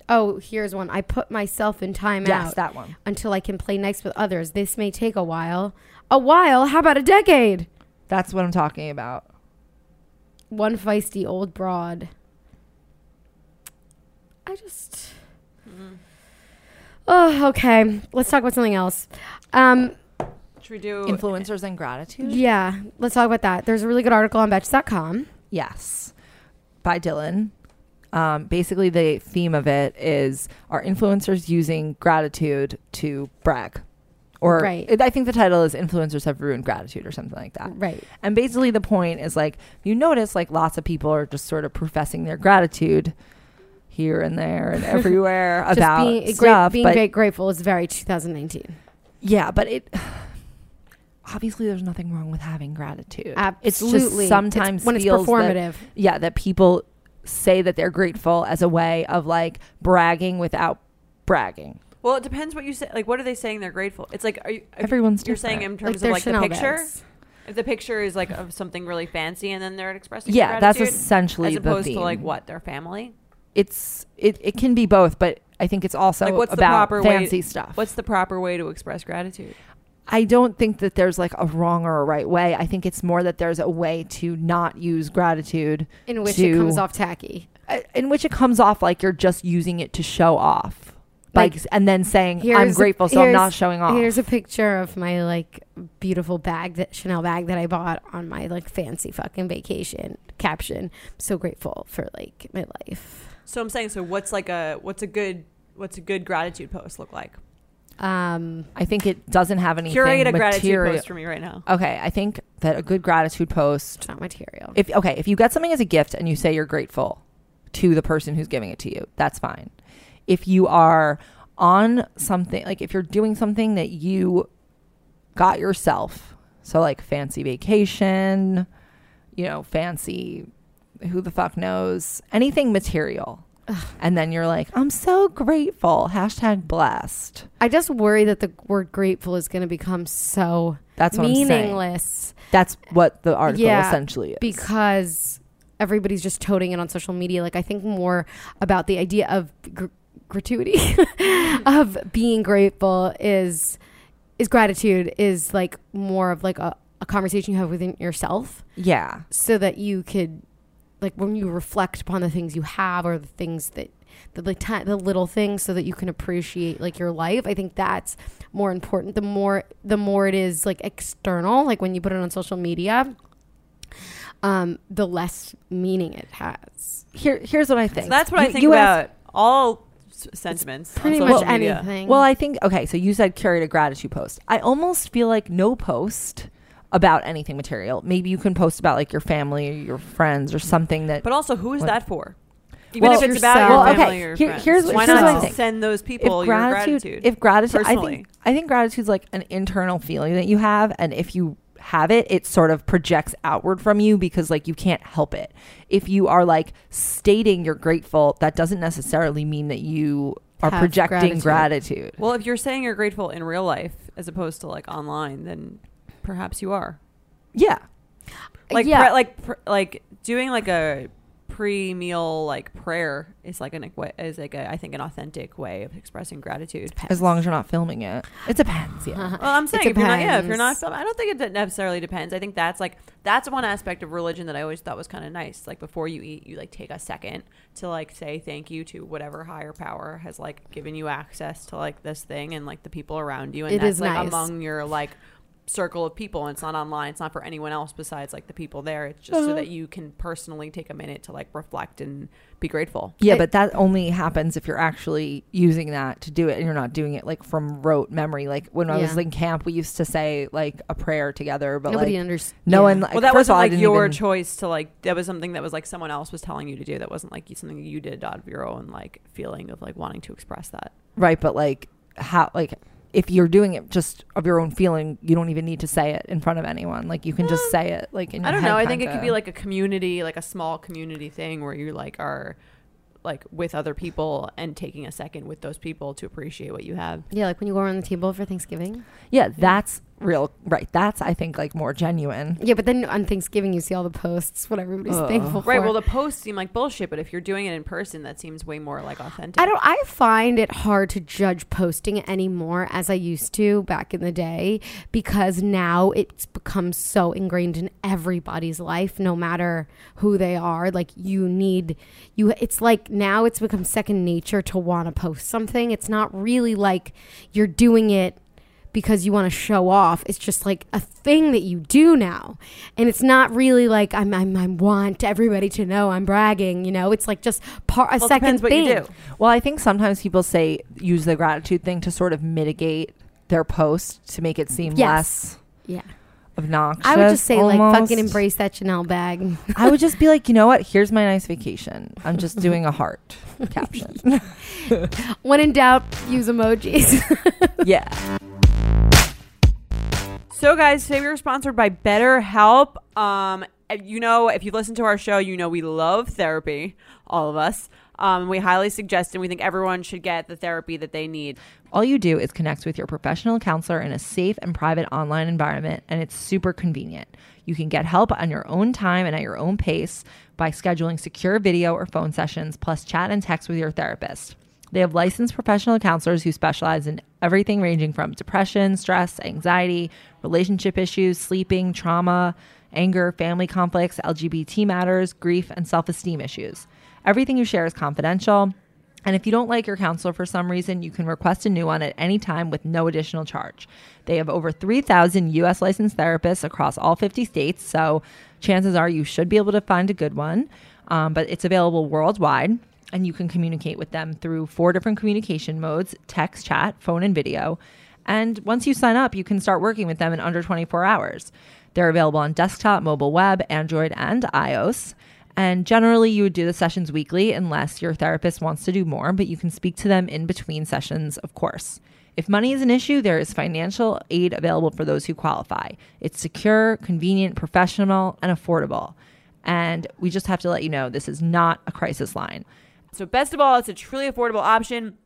A: oh, here's one. I put myself in timeout
C: Yes, that one.
A: until I can play nice with others. This may take a while. A while? How about a decade?
C: That's what I'm talking about.
A: One feisty old broad. I just.
C: Mm-hmm.
A: Oh, okay. Let's talk about something else. Um,
B: Should we do
C: Influencers and gratitude.
A: Yeah, let's talk about that. There's a really good article on Betch.com.
C: Yes, by Dylan. Um, basically, the theme of it is are influencers using gratitude to brag, or
A: Right.
C: I think the title is influencers have ruined gratitude or something like that.
A: Right.
C: And basically, the point is like you notice like lots of people are just sort of professing their gratitude here and there
B: [laughs]
C: and everywhere about
A: being, great-
C: stuff.
A: being
C: but
A: great, grateful is very 2019.
C: yeah, but it [sighs] obviously there's nothing wrong with having gratitude.
A: Absolutely.
C: It's just sometimes
A: when it's
C: feels that-
A: performative.
C: yeah, that people say that they're grateful as a way of like bragging without bragging.
B: Well, it depends what you say. Like, what are they saying they're grateful? It's like, are you, if
C: Everyone's
B: you're saying
C: different.
B: in terms
A: their
B: of like
A: Chanel
B: the picture.
A: bags.
B: If the picture is like of something really fancy, and then they're expressing
C: Yeah, that's
B: gratitude,
C: essentially
B: as opposed
C: the theme.
B: to like what their family.
C: it's it, it can be both, but I think it's also
B: Like, what's the
C: about
B: proper way-
C: fancy stuff.
B: What's the proper way to express gratitude?
C: I don't think that there's like a wrong or a right way. I think it's more that there's a way to not use gratitude
A: In which it
C: to-
A: comes off tacky.
C: uh, in which it comes off like you're just using it to show off. Like,
A: Like,
C: and then saying I'm
A: Here's a-
C: grateful, so I'm
A: here's-
C: not showing off.
A: Here's a picture of my like beautiful bag that Chanel bag that I bought on my like fancy fucking vacation. Caption: So grateful for like my life.
B: So I'm saying, so what's like a what's a good what's a good gratitude post look like?
A: Um,
C: I think it doesn't have anything
B: Curate a gratitude
C: material.
B: post for me right now.
C: Okay, I think that a good gratitude post.
A: it's not material.
C: If okay, if you get something as a gift and you say you're grateful to the person who's giving it to you, that's fine. If you are on something like if you're doing something that you got yourself, so like fancy vacation, you know, fancy who the fuck knows, anything material. And then you're like, I'm so grateful. Hashtag blessed.
A: I just worry that the word grateful is going to become so
C: That's what I'm saying.
A: meaningless.
C: That's what the article
A: Yeah,
C: essentially is.
A: because everybody's just toting it on social media. Like I think more about the idea of gr- gratuity, [laughs] of being grateful is is gratitude is like more of like a, a conversation you have within yourself
C: Yeah.
A: so that you could like when you reflect upon the things you have or the things that the like, ti- the little things so that you can appreciate like your life i think that's more important the more the more it is like external like when you put it on social media um the less meaning it has
C: Here, here's what I think.
B: So that's what I
C: You-
B: think
C: you asked-
B: about all s- sentiments. on
A: pretty
B: social
A: much
B: media.
A: anything
C: Well, I think okay. So you said curate a gratitude post. I almost feel like no post about anything material. Maybe you can post about like your family or your friends or something that.
B: But also, who is
C: What?
B: that for? Even
C: Well,
B: if it's about your
A: yourself. Well,
B: family
C: okay,
B: or your
C: here-
B: friends.
C: here's what-
B: Why
A: here's what I
B: not
C: think.
B: just send those people
C: if
B: your
C: gratitude,
B: gratitude?
C: if gratitude, I
B: Personally.
C: think I think gratitude's like an internal feeling that you have, and if you have it, it sort of projects outward from you because like you can't help it. If you are like stating you're grateful, that doesn't necessarily mean that you are
A: Have
C: projecting
A: gratitude.
C: gratitude.
B: well, if you're saying you're grateful in real life as opposed to like online, then perhaps you are.
C: Yeah.
B: Like,
A: Yeah.
B: pre- like, pr- like doing like a pre-meal like prayer is like an equi- is like a I think an authentic way of expressing gratitude.
C: As long as you're not filming it, it
A: [laughs]
C: depends. Yeah.
B: [laughs]
A: Uh-huh.
B: Well, I'm
A: It
B: saying if you're not, yeah, if you're not,
A: depends.
B: film- I don't think it necessarily depends. I think that's like that's one aspect of religion that I always thought was kind of nice. Like before you eat, you like take a second to like say thank you to whatever higher power has like given you access to like this thing and like the people around you, and
A: It
B: that's
A: is
B: like
A: nice.
B: among your like circle of people. And it's not online. It's not for anyone else besides like the people there. It's just
A: Uh-huh.
B: so that you can personally take a minute to like reflect and be grateful.
C: Yeah,
A: It-
C: but that only happens if you're actually using that to do it and you're not doing it like from rote memory. Like when I was
A: Yeah.
C: in camp, we used to say like a prayer together, but
A: nobody
C: like
A: understands
C: no one like
B: well, that
C: first
B: wasn't
C: of all, I
B: like
C: didn't
B: your
C: even-
B: choice to like. That was something that was like someone else was telling you to do. That wasn't like something you did out of your own like feeling of like wanting to express that.
C: right, but like how like if you're doing it just of your own feeling, you don't even need to say it in front of anyone. Like you can just say it like in
B: I
C: your
B: don't know. I
C: head
B: think it
C: kinda.
B: could be like a community, like a small community thing where you like are like with other people and taking a second with those people to appreciate what you have.
A: yeah like when you go around the table for thanksgiving
C: Yeah, that's real right. That's I think like more genuine.
A: yeah but then on thanksgiving you see all the posts what everybody's
C: Ugh.
A: thankful for
B: Right. Well, the posts seem like bullshit, but if you're doing it in person, that seems way more like authentic.
A: I don't. I find it hard to judge posting anymore as I used to back in the day because now it's become so ingrained in everybody's life, no matter who they are. Like you need you. It's like now it's become second nature to want to post something. It's not really like you're doing it because you want to show off. It's just like a thing that you do now. And it's not really like I'm I'm I want everybody to know I'm bragging, you know? It's like just par- a
B: Well, it
A: second
B: depends what
A: thing.
B: you do.
C: Well, I think sometimes people say use the gratitude thing to sort of mitigate their post to make it seem
A: Yes.
C: less
A: Yeah.
C: obnoxious.
A: I would just say like
C: almost.
A: fucking embrace that Chanel bag. [laughs]
C: I would just be like, you know what? Here's my nice vacation. I'm just doing a heart caption.
A: When in doubt, use emojis. [laughs]
C: yeah.
B: So, guys, today we were sponsored by BetterHelp. Um, you know, if you've listened to our show, you know we love therapy, all of us. Um, we highly suggest and we think everyone should get the therapy that they need.
C: All you do is connect with your professional counselor in a safe and private online environment, and it's super convenient. You can get help on your own time and at your own pace by scheduling secure video or phone sessions, plus chat and text with your therapist. They have licensed professional counselors who specialize in everything ranging from depression, stress, anxiety, relationship issues, sleeping, trauma, anger, family conflicts, LGBT matters, grief, and self esteem issues. Everything you share is confidential. And if you don't like your counselor for some reason, you can request a new one at any time with no additional charge. They have over 3,000 US licensed therapists across all 50 states, so chances are you should be able to find a good one. Um, but it's available worldwide, and you can communicate with them through four different communication modes text, chat, phone, and video. And once you sign up, you can start working with them in under 24 hours. They're available on desktop, mobile web, Android, and iOS. And generally, you would do the sessions weekly unless your therapist wants to do more, but you can speak to them in between sessions, of course. If money is an issue, there is financial aid available for those who qualify. It's secure, convenient, professional, and affordable. And we
B: [laughs]
C: just have to let you know this is not a crisis line.
B: So, best of all, it's a truly affordable option.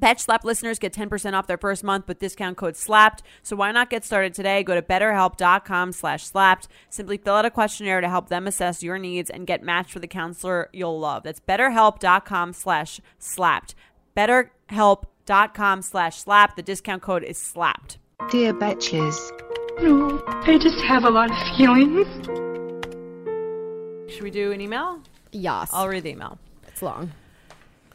B: Pet Slap listeners get 10% off their first month with discount code SLAPPED. So why not get started today? Go to betterhelp.com slash slapped. Simply fill out a questionnaire to help them assess your needs and get matched with a counselor you'll love. That's betterhelp.com slash slapped. Betterhelp.com slash slapped. The discount code is slapped.
D: Dear Betches.
E: No, I just have a lot of feelings.
B: Should we do an email?
A: Yas.
B: I'll read the email.
A: It's long.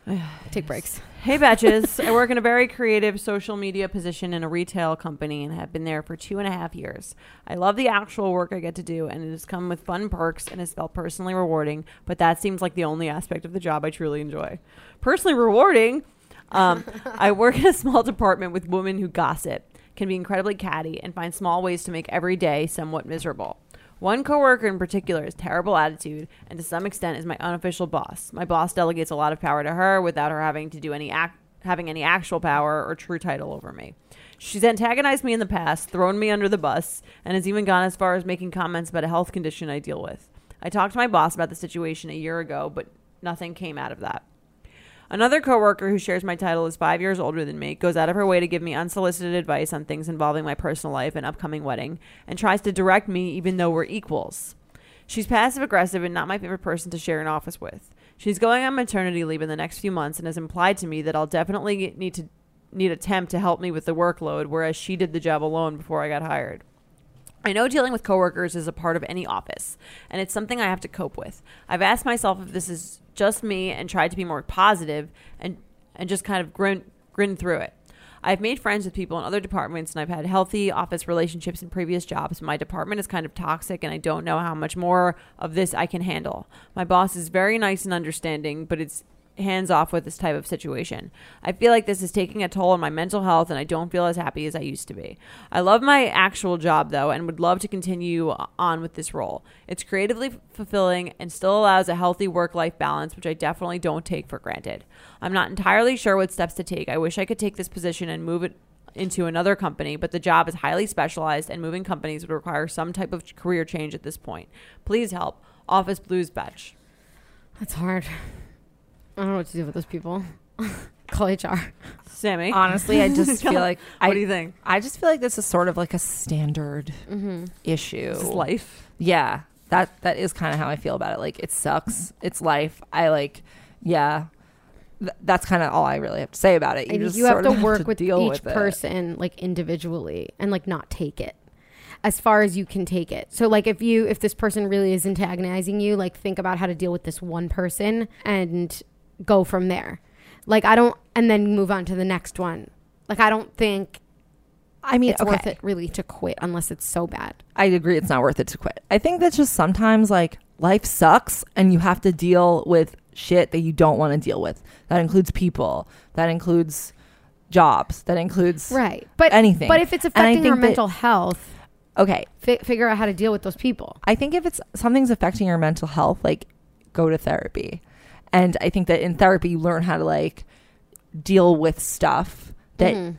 A: [sighs] Take breaks.
B: Hey, Batches. I work in a very creative social media position in a retail company and have been there for two and a half years. I love the actual work I get to do, and it has come with fun perks and has felt personally rewarding, but that seems like the only aspect of the job I truly enjoy. Personally rewarding? Um, I work in a small department with women who gossip, can be incredibly catty, and find small ways to make every day somewhat miserable. One coworker in particular has terrible attitude and to some extent is my unofficial boss. My boss delegates a lot of power to her without her having to do any ac- having any actual power or true title over me. She's antagonized me in the past, thrown me under the bus, and has even gone as far as making comments about a health condition I deal with. I talked to my boss about the situation a year ago, but nothing came out of that. Another coworker who shares my title is five years older than me, goes out of her way to give me unsolicited advice on things involving my personal life and upcoming wedding, and tries to direct me even though we're equals. She's passive aggressive and not my favorite person to share an office with. She's going on maternity leave in the next few months and has implied to me that I'll definitely need to need attempt to help me with the workload, whereas she did the job alone before I got hired. I know dealing with coworkers is a part of any office, and it's something I have to cope with. I've asked myself if this is just me and tried to be more positive and and just kind of grin grin through it. I've made friends with people in other departments and I've had healthy office relationships in previous jobs. My department is kind of toxic and I don't know how much more of this I can handle. My boss is very nice and understanding, but it's hands off with this type of situation. I feel like this is taking a toll on my mental health and I don't feel as happy as I used to be. I love my actual job though and would love to continue on with this role. It's creatively fulfilling and still allows a healthy work life balance, which I definitely don't take for granted. I'm not entirely sure what steps to take. I wish I could take this position and move it into another company, but the job is highly specialized and moving companies would require some type of career change at this point. Please help. Office Blues Batch.
A: That's hard. I don't know what to do with those people. [laughs] Call HR.
B: Sammy.
C: Honestly,
B: [laughs]
C: I just feel like
B: what
C: I,
B: do you think?
C: I just feel like this is sort of like a standard
A: Mm-hmm.
C: issue.
B: This is life.
C: yeah that that is kind of how i feel about it like it sucks it's life i like yeah Th- that's kind of all i really have to say about it
A: I think
C: just
A: you have
C: sort
A: to
C: of
A: work with
C: deal
A: each
C: it.
A: person like individually and like not take it as far as you can take it. So like if you if this person really is antagonizing you, like think about how to deal with this one person and go from there. Like I don't and then move on to the next one. Like I don't think
C: i mean
A: it's
C: okay.
A: worth it really to quit unless it's so bad.
C: i agree it's not worth it to quit i think that's just sometimes like life sucks and you have to deal with shit that you don't want to deal with that includes people that includes jobs that includes
A: Right. But
C: anything
A: but if it's
C: And I
A: affecting our
C: think that-
A: mental health,
C: okay
A: fi- figure out how to deal with those people.
C: I think if it's something's affecting your mental health, like go to therapy. And I think that in therapy you learn how to like deal with stuff that
A: Mhm.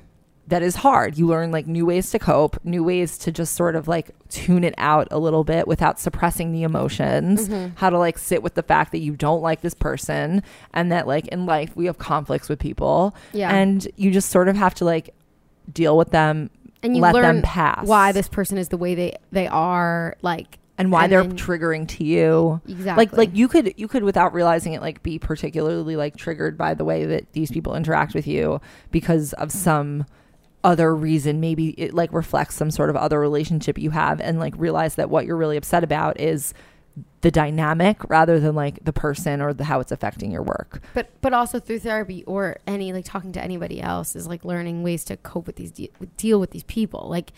C: that is hard. You learn like new ways to cope, new ways to just sort of like tune it out a little bit without suppressing the emotions,
A: Mm-hmm.
C: how to like sit with the fact that you don't like this person and that like in life we have conflicts with people
A: Yeah.
C: and you just sort of have to like deal with them
A: and you
C: let
A: learn
C: them pass
A: why this person is the way they they are like
C: and why they're
A: then-
C: triggering to you
A: exactly
C: Like like you could you could without realizing it like be particularly like triggered by the way that these people interact with you because of some other reason maybe it like reflects some sort of other relationship you have and like realize that what you're really upset about is the dynamic rather than like the person or the, how it's affecting your work.
A: but but also through therapy or any like talking to anybody else is like learning ways to cope with these de- with- deal with these people like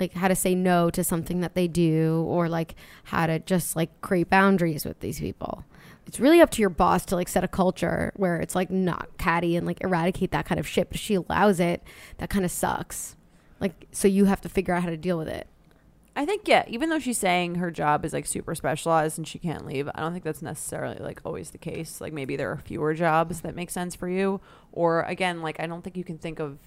A: like how to say no to something that they do or like how to just like create boundaries with these people it's really up to your boss to like set a culture where it's like not catty and like eradicate that kind of shit but if she allows it that kind of sucks like so you have to figure out how to deal with it
B: I think yeah, even though she's saying her job is like super specialized and she can't leave, I don't think that's necessarily like always the case. Like maybe there are fewer jobs that make sense for you or again, like I don't think you can think of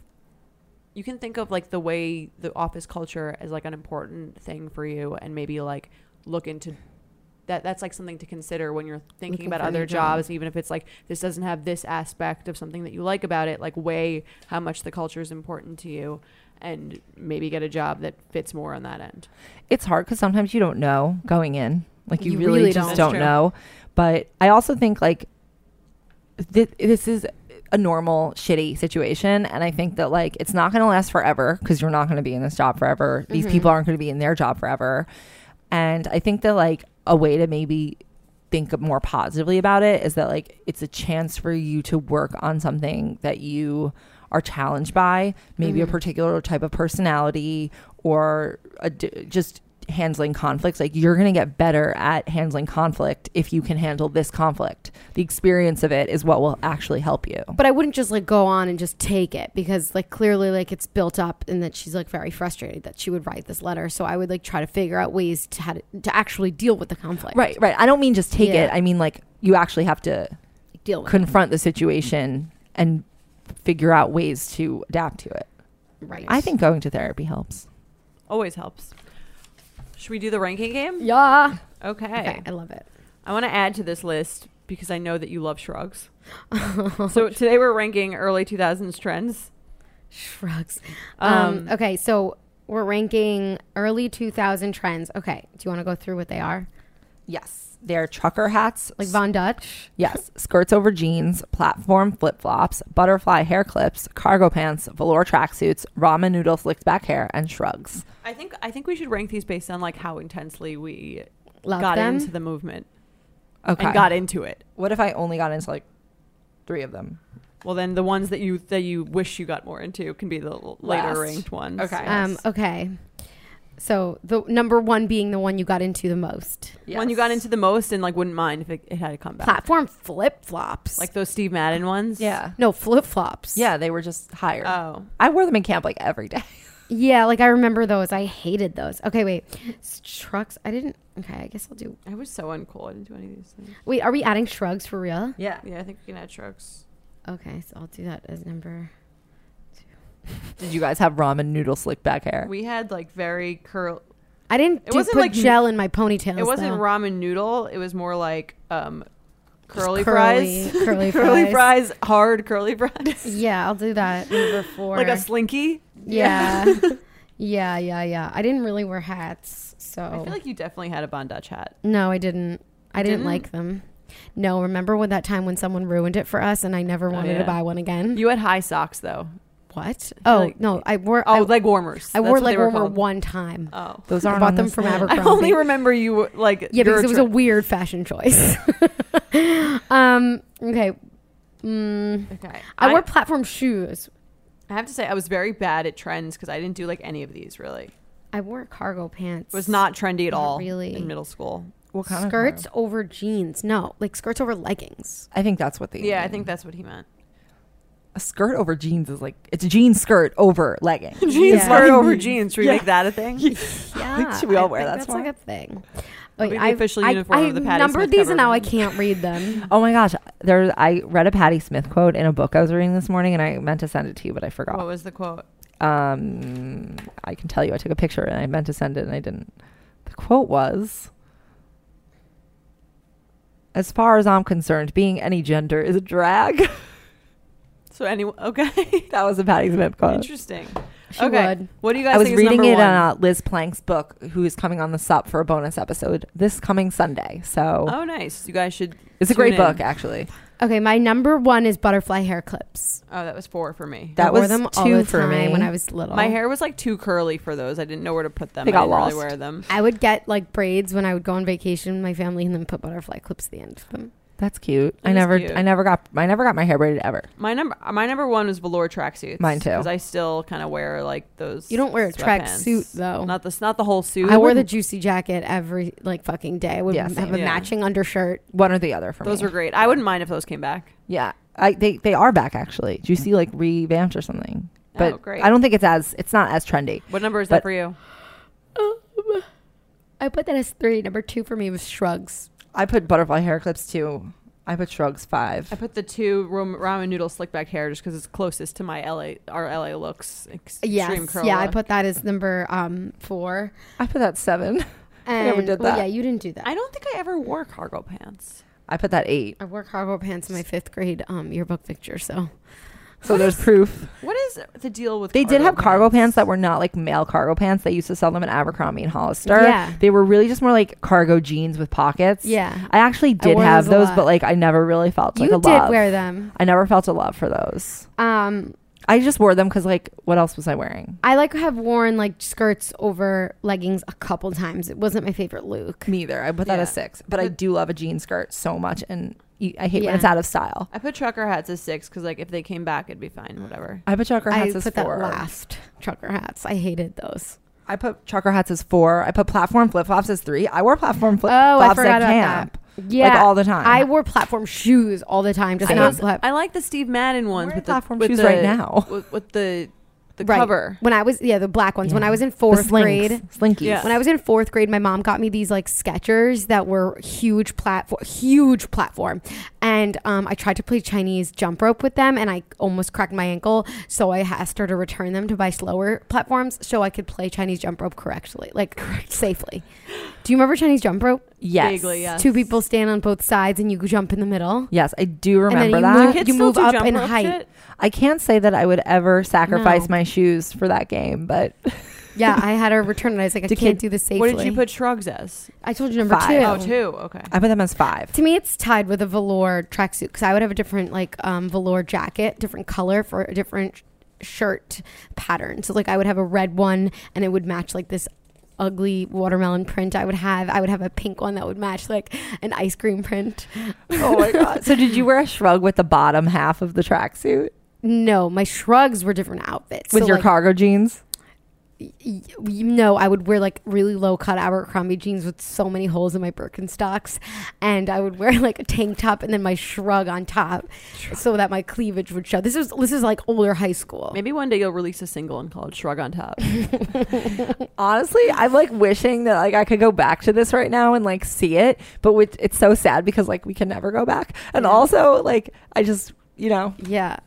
B: you can think of like the way the office culture is like an important thing for you and maybe like look into that that's like something to consider when you're thinking
A: Looking
B: about
A: for a new
B: other
A: job.
B: jobs, even if it's like this doesn't have this aspect of something that you like about it. Like weigh how much the culture is important to you, and maybe get a job that fits more on that end.
C: it's hard because sometimes you don't know going in. Like you,
A: You
C: really,
A: really
C: just
B: don't.
C: don't know. But I also think like th- this is a normal shitty situation, and I think that like it's not going to last forever because you're not going to be in this job forever. These people aren't going to be in their job forever, and I think that like a way to maybe think more positively about it is that like it's a chance for you to work on something that you are challenged by maybe
A: Mm-hmm.
C: a particular type of personality or a d- just handling conflicts like you're going to get better at handling conflict if you can handle this conflict the experience of it is what will actually help you
A: But I wouldn't just like go on and just take it because like clearly like it's built up and that she's like very frustrated that she would write this letter. So I would like try to figure out ways to how to, to actually deal with the conflict.
C: right right i don't mean just take
A: Yeah.
C: it i mean like you actually have to
A: Like, deal with
C: confront the situation and figure out ways to adapt to it
A: it. Right.
C: i think going to therapy helps
B: Always helps. Should we do the ranking game?
A: Yeah.
B: Okay.
A: Okay. I love it.
B: I want to add to this list because I know that you love shrugs. [laughs] so today we're ranking early 2000s trends.
A: Shrugs.
B: Um,
A: Um, okay, so we're ranking early 2000 trends. Okay, do you want to go through what they are?
C: yes they're trucker hats
A: Like Von Dutch,
C: Yes, skirts over jeans, platform flip flops, butterfly hair clips, cargo pants, velour tracksuits, ramen noodle slicked back hair, and shrugs.
B: I think I think we should rank these based on like how intensely we
A: love
B: got
A: them.
B: into the movement
C: Okay.
B: and got into it.
C: What if I only got into like three of them?
B: Well, then the ones that you that you wish you got more into can be the l-
C: Last.
B: later ranked ones.
C: Okay.
A: um, okay, so the number one being the one you got into the most.
B: One you got into the most and like wouldn't mind if it, it had a comeback.
A: Platform flip flops,
B: Like those Steve Madden ones.
C: Yeah.
A: no flip flops.
C: uh, Yeah, they were just higher.
B: Oh.
C: I wore them in camp like every day. [laughs]
A: yeah. Like I remember those. I hated those. Okay, wait. S- Shrugs. I didn't. Okay, I guess I'll do.
B: I was so uncool. I didn't do any of these things.
A: Wait, are we adding shrugs for real?
C: Yeah.
B: Yeah, I think we can add shrugs.
A: Okay, so I'll do that as number.
C: Did you guys have ramen noodle slicked back hair?
B: We had like very curl.
A: I didn't
B: It
A: do,
B: wasn't
A: put
B: like-
A: gel in my ponytail.
B: It wasn't ramen noodle. It was more like um,
A: curly-
B: curly, fries, [laughs]
A: curly
B: curly fries, hard curly fries,
A: Yeah, I'll do that. Number four.
B: [laughs] like a slinky. [laughs]
A: yeah. yeah, yeah, yeah. I didn't really wear hats, so
B: I feel like you definitely had a Bon Dutch hat.
A: no, I didn't. I didn't,
B: Didn't?
A: like them. No, remember when that time when someone ruined it for us and I never wanted to
B: Oh, yeah.
A: buy one again?
B: You had high socks though.
A: what?
B: I feel
A: Oh
B: like-
A: no, I wore.
B: Oh,
A: I,
B: leg warmers.
A: I wore
B: That's what they
A: leg
B: were
A: warmer
B: called.
A: one time.
B: Oh.
C: Those
A: I
C: aren't
A: bought
C: on
A: them
C: this
A: from
C: list.
A: Abercrombie.
B: [laughs] I only remember you like
A: yeah, because
B: your
A: it was a
B: tr-
A: weird fashion choice. [laughs] um. Okay. Mm,
B: Okay.
A: I, wore platform shoes.
B: I have to say I was very bad at trends because I didn't do like any of these really.
A: I wore cargo pants.
B: It was not trendy at
A: Not
B: all
A: really.
B: in middle school.
C: What kind
A: skirts
C: of
A: over jeans. No, like skirts over
C: [laughs]
A: leggings.
C: I think that's what they
B: Yeah, I
C: mean.
B: think that's what he meant.
C: a skirt over jeans is like it's a jean skirt over legging.
B: [laughs] Jeans
A: Yeah.
B: skirt over jeans. Should we make that a thing?
A: Yeah,
C: Should we all
A: I
C: wear
A: think
C: that
A: That's
C: tomorrow?
A: like a thing.
B: That'll be the official uniform of the Patti
A: numbered
B: Smith
A: these
B: cover
A: and now I
B: band.
A: can't read them.
C: [laughs] Oh my gosh, there I read a Patti Smith quote in a book I was reading this morning and I meant to send it to you but I forgot.
B: What was the quote?
C: um I can tell you I took a picture and I meant to send it and I didn't. The quote was As far as I'm concerned, being any gender is a drag. [laughs]
B: So anyway, okay. [laughs]
C: that was a Patti Smith quote.
B: Interesting.
A: She
B: okay.
A: would.
B: What do you guys
C: I was
B: think
C: reading
B: is
C: it
B: number
C: on
B: one?
C: uh, Liz Plank's book, who is coming on the sub for a bonus episode this coming Sunday. So
B: Oh, nice. You guys should.
C: it's a
B: tune
C: great
B: in.
C: book, actually.
A: Okay, my number one is butterfly hair clips.
B: Oh, that was four for me.
C: That
A: I wore
C: was
A: them all
C: two
A: the
C: for
A: time
C: me.
A: when I was little.
B: My hair was like too curly for those. I didn't know where to put them. I
C: They got
B: didn't
C: lost.
B: really wear them.
A: I would get like braids when I would go on vacation with my family and then put butterfly clips at the end of them.
C: That's cute.
B: It
C: I
B: is
C: never,
B: cute.
C: I never got, I never got my hair braided ever.
B: My number, my number one was velour tracksuits.
C: Mine too.
B: Because I still kind of wear like those.
A: You don't wear a
B: sweatpants.
A: tracksuit, though.
B: Not the not the whole suit.
A: I wore the juicy jacket every like fucking day. I would
C: Yeah,
A: have
C: same.
A: a
B: Yeah.
A: matching undershirt.
C: One or the other for
B: Those
C: me.
B: were great. I wouldn't mind if those came back.
C: yeah. I they they are back actually. Do you see like revamped or something? But
B: oh, great.
C: I don't think it's as it's not as trendy.
B: What number is that
C: but-
B: for you?
A: Um, I put that as three. Number two for me was shrugs.
C: I put butterfly hair clips too. I put shrugs five.
B: I put the two rom- ramen noodle slick back hair just because it's closest to my LA our LA looks. Extreme
A: Yes,
B: curl
A: yeah, I
B: look.
A: put that as number um four.
C: I put that seven. [laughs]
A: And,
C: never did
A: well,
C: that.
A: yeah, you didn't do that.
B: I don't think I ever wore cargo pants.
C: I put that eight.
A: I wore cargo pants in my fifth grade um, yearbook picture. So
C: So there's [laughs] proof.
B: What is the deal with?
C: They did have cargo pants that were not like male cargo pants. They used to sell them at Abercrombie and Hollister.
A: Yeah.
C: They were really just more like cargo jeans with pockets.
A: yeah,
C: I actually did
A: wore
C: have
A: those a
C: those,
A: lot.
C: but like I never really felt like
A: you
C: a
A: did
C: love.
A: wear them.
C: I never felt a love for those.
A: Um,
C: I just wore them because like what else was I wearing?
A: I like have worn like skirts over leggings a couple times. It wasn't my favorite look.
C: Me either. I put that
B: Yeah.
C: as six, but I
B: But-
C: do love a jean skirt so much, and y- I hate
A: Yeah.
C: when it's out of style.
B: I put trucker hats as six because like if they came back, it'd be fine. Whatever.
C: I put trucker
A: I
C: hats as
A: put that
C: four.
A: last trucker hats. I hated those.
C: I put trucker hats as four. I put platform flip flops as three. I wore platform flip
A: Oh, I
C: flops
A: forgot
C: at
A: about
C: camp
A: that. Yeah,
C: like all the time.
A: I wore platform shoes all the time, just
C: I
A: not
C: was-
A: plat-
B: I like the Steve Madden ones
C: Wearing
B: with the
C: platform
B: with
C: shoes
B: the-
C: right now.
B: [laughs] with, with the the
A: Right.
B: cover.
A: when I was yeah the black ones. When
C: Yeah.
A: I was in
C: The
A: fourth
C: slinks,
A: grade,
C: slinkies.
B: Yeah.
A: When I was in fourth grade, my mom got me these like Skechers that were huge platform, huge platform, and um, I tried to play Chinese jump rope with them, and I almost cracked my ankle. So I asked her to return them to buy slower platforms so I could play Chinese jump rope correctly, like safely. Do you remember Chinese jump rope?
C: Oh, Yes.
B: Vaguely, yes.
A: Two people stand on both sides, and you jump in the middle.
C: Yes, I do
A: then
C: remember
A: you
C: that.
A: move-
B: Kids
A: you
B: still
A: move
B: do
A: up
B: jump
A: in
B: rope
A: height.
B: shit?
C: I can't say that I would ever sacrifice
A: No.
C: my shoes for that game, but
A: Yeah, I had her return, and I was like, I
C: Did
A: can't
C: kid-
A: do this safely.
B: What did you put shrugs as?
A: I told you number two.
C: Five.
B: Oh, two. Okay.
C: I put them as five.
A: To me, it's tied with a velour tracksuit because I would have a different like um, velour jacket, different color for a different sh- shirt pattern. So like I would have a red one and it would match like this ugly watermelon print I would have. I would have a pink one that would match like an ice cream print.
C: [laughs] Oh my god! So did you wear a shrug with the bottom half of the tracksuit
A: No, my shrugs were different outfits.
C: with
A: So,
C: your
A: like,
C: cargo jeans?
A: y- y- you know, I would wear like really low cut Abercrombie jeans with so many holes in my Birkenstocks, and I would wear [laughs] like a tank top and then my shrug on top, so that my cleavage would show. This is this is like older high
C: Oh.
A: school.
B: Maybe one day you'll release a single and call it Shrug on
C: [laughs]
B: Top.
C: Honestly, I'm like wishing that like I could go back to this right now and like see it, but with, it's so sad because like we can never go back. And
A: Yeah.
C: also like I just you know
A: Yeah, It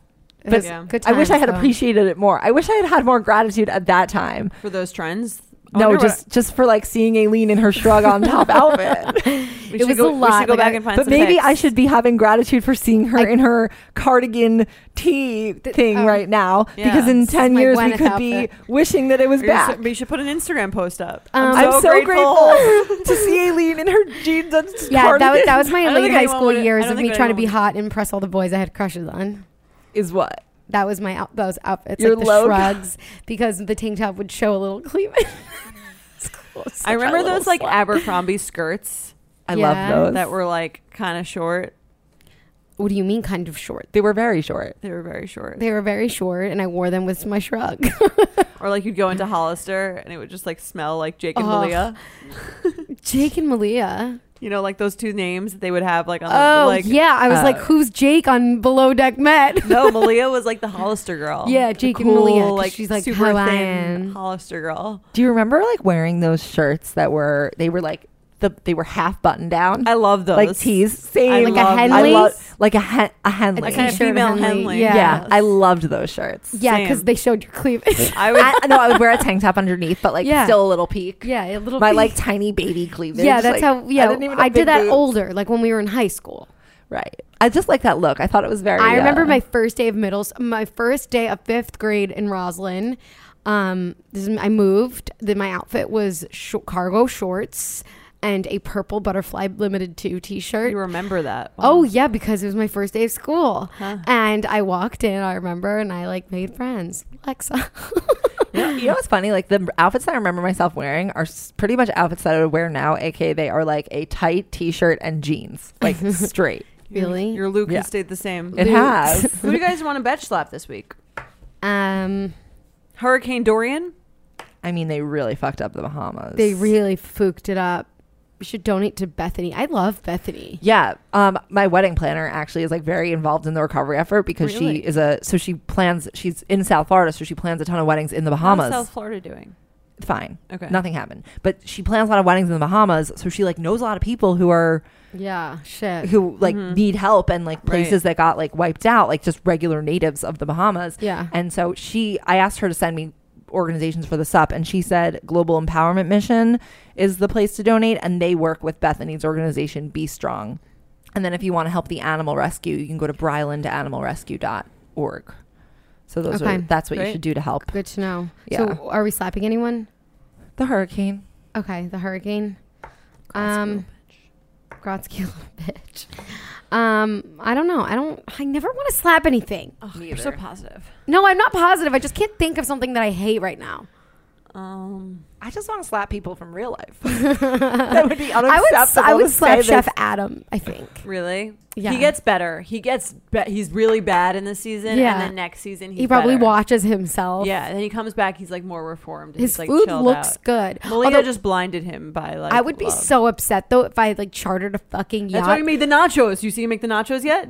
C: But-
A: was
B: Yeah.
A: good
C: I wish I
A: times,
C: had
A: though.
C: appreciated it more. I wish I had had more gratitude at that time.
B: For those trends. I
C: No,
B: wonder what-
C: just just for like seeing Aileen in her
A: [laughs]
C: shrug on top outfit.
B: we
A: it
B: should
A: was
B: go,
A: a lot,
B: We should go
A: like,
B: back
A: I-
B: and find
C: But
B: some
C: maybe
B: pics.
C: I should be having gratitude for seeing her
A: I-
C: in her cardigan tea thing
A: um,
C: right now
B: yeah.
C: because in
A: This is
C: 10
A: my
C: years we
A: Gwyneth
C: could
A: outfit.
C: be wishing that it was
B: Or you should-
C: back.
B: we should put an Instagram post up.
A: Um,
C: I'm
B: [laughs]
C: so grateful [laughs] to see Aileen in her jeans and
A: Yeah, that was,
C: cardigan
A: that was my
B: [laughs] I don't
A: late
B: think
A: high
B: anyone
A: school
B: would- I
A: years
B: don't
A: of
B: think
A: me trying to be
B: anyone
A: hot and impress all the boys I had crushes on.
C: is what.
A: That was my out- those outfits,
C: Your
A: like the
C: low-
A: shrugs, because the tank top would show a little [laughs] cleavage.
B: I remember those like
C: I
B: Abercrombie skirts
A: Yeah.
C: love those.
B: that were like kind of short.
A: what do you mean, kind of short?
C: they were very short.
B: They were very short.
A: They were very short, and I wore them with my
C: [laughs]
A: shrug.
B: Or like you'd go into Hollister and it would just like smell like Jake and
A: Ugh.
B: Malia.
A: Jake and Malia.
B: You know, like those two names that they would have like on the
A: Oh,
B: like
A: yeah. I was
C: uh,
A: like, who's Jake on Below Deck Met? [laughs]
B: No, Malia was like the Hollister [laughs] girl.
A: Yeah,
B: The
A: Jake and Malia, 'cause she's, like,
B: super
A: how I
B: thin
A: am.
B: Hollister girl.
C: Do you remember like wearing those shirts that were they were like the they were half buttoned down?
B: I love those.
C: like tees, same
B: Like
A: a
C: I
A: Henley?
C: love- like a hen- a Henley.
B: Like kind of
A: T-shirt
B: female
A: Henley,
B: Henley.
A: yeah.
C: yeah. I loved those shirts.
A: yeah, because
B: Same.
A: they showed your
C: [laughs]
A: cleavage.
B: I [laughs] would.
C: I, no, I would wear a tank top underneath, but like
A: Yeah.
C: still a little peak.
A: yeah, a little.
C: My
A: bit-
C: like tiny baby cleavage.
A: Yeah, that's
C: like,
A: how. Yeah, I,
C: didn't even have
A: did
C: big
A: that
C: boobs.
A: older, like when we were in high school.
C: Right. I just like that look. I thought it was very.
A: I remember
C: uh,
A: my first day of middle, s- my first day of fifth grade in Roslyn. Um, this is, I moved. Then my outfit was sh- cargo shorts and a purple butterfly limited two T-shirt.
B: you remember that? Wow.
A: Oh yeah, because it was my first day of school, and I walked in. I remember, and I like made friends. Alexa, [laughs]
C: You know, you know what's funny? Like the outfits that I remember myself wearing are s- pretty much outfits that I would wear now. AKA, they are like a tight t-shirt and jeans, [laughs] like straight.
A: really?
B: your Luke
C: Yeah.
B: has stayed the same.
C: It has.
B: Who do you guys want to bet slap this week?
A: Um,
B: Hurricane Dorian.
C: I mean, they really fucked up the Bahamas.
A: they really fooked it up. We should donate to Bethany. I love Bethany.
C: Yeah, um, my wedding planner actually is like very involved in the recovery effort because
B: Really?
C: she is a so she plans. She's in South Florida, so she plans a ton of weddings in the
B: How's
C: Bahamas.
B: South Florida doing?
C: Fine,
B: Okay.
C: nothing happened, but she plans a lot of weddings in the Bahamas, so she like knows a lot of people who are
A: Yeah, shit.
C: who like
B: Mm-hmm.
C: need help and like places that got like wiped out, like just regular natives of the Bahamas.
A: Yeah.
C: and so she, I asked her to send me organizations for the SUP, and she said Global Empowerment Mission is the place to donate, and they work with Bethany's organization, Be Strong. And then if you want to help the animal rescue, you can go to brylandanimalrescue.org. So those
A: Okay.
C: are that's what you
B: Great.
C: should do to help
A: Good to know.
C: Yeah.
A: So are we slapping anyone?
C: the hurricane.
A: Okay, the hurricane.
C: Um,
A: Um, Grotsky [laughs] little bitch. Um, I don't know. I don't. I never want to slap anything.
B: you're so positive.
A: No, I'm not positive. I just can't think of something that I hate right now.
B: Um,
C: I just want to slap people from real life. [laughs]
B: [laughs]
C: that would be unacceptable.
A: [laughs] I would. s- I would
C: to
A: slap
C: say
A: Chef
C: this.
A: Adam. I think.
B: really?
A: Yeah.
B: He gets better. He gets. Be- he's really bad in this season,
A: Yeah.
B: and then next season he's
A: he probably
B: better.
A: watches himself.
B: Yeah, and then he comes back. He's like more reformed.
A: His
B: he's, like,
A: food
B: chilled
A: looks
B: out.
A: good.
B: Melina
A: Although,
B: just blinded him by like.
A: I would be
B: love.
A: so upset though if I like chartered a fucking
B: That's why
A: yacht.
B: he made the nachos. You see him make the nachos yet,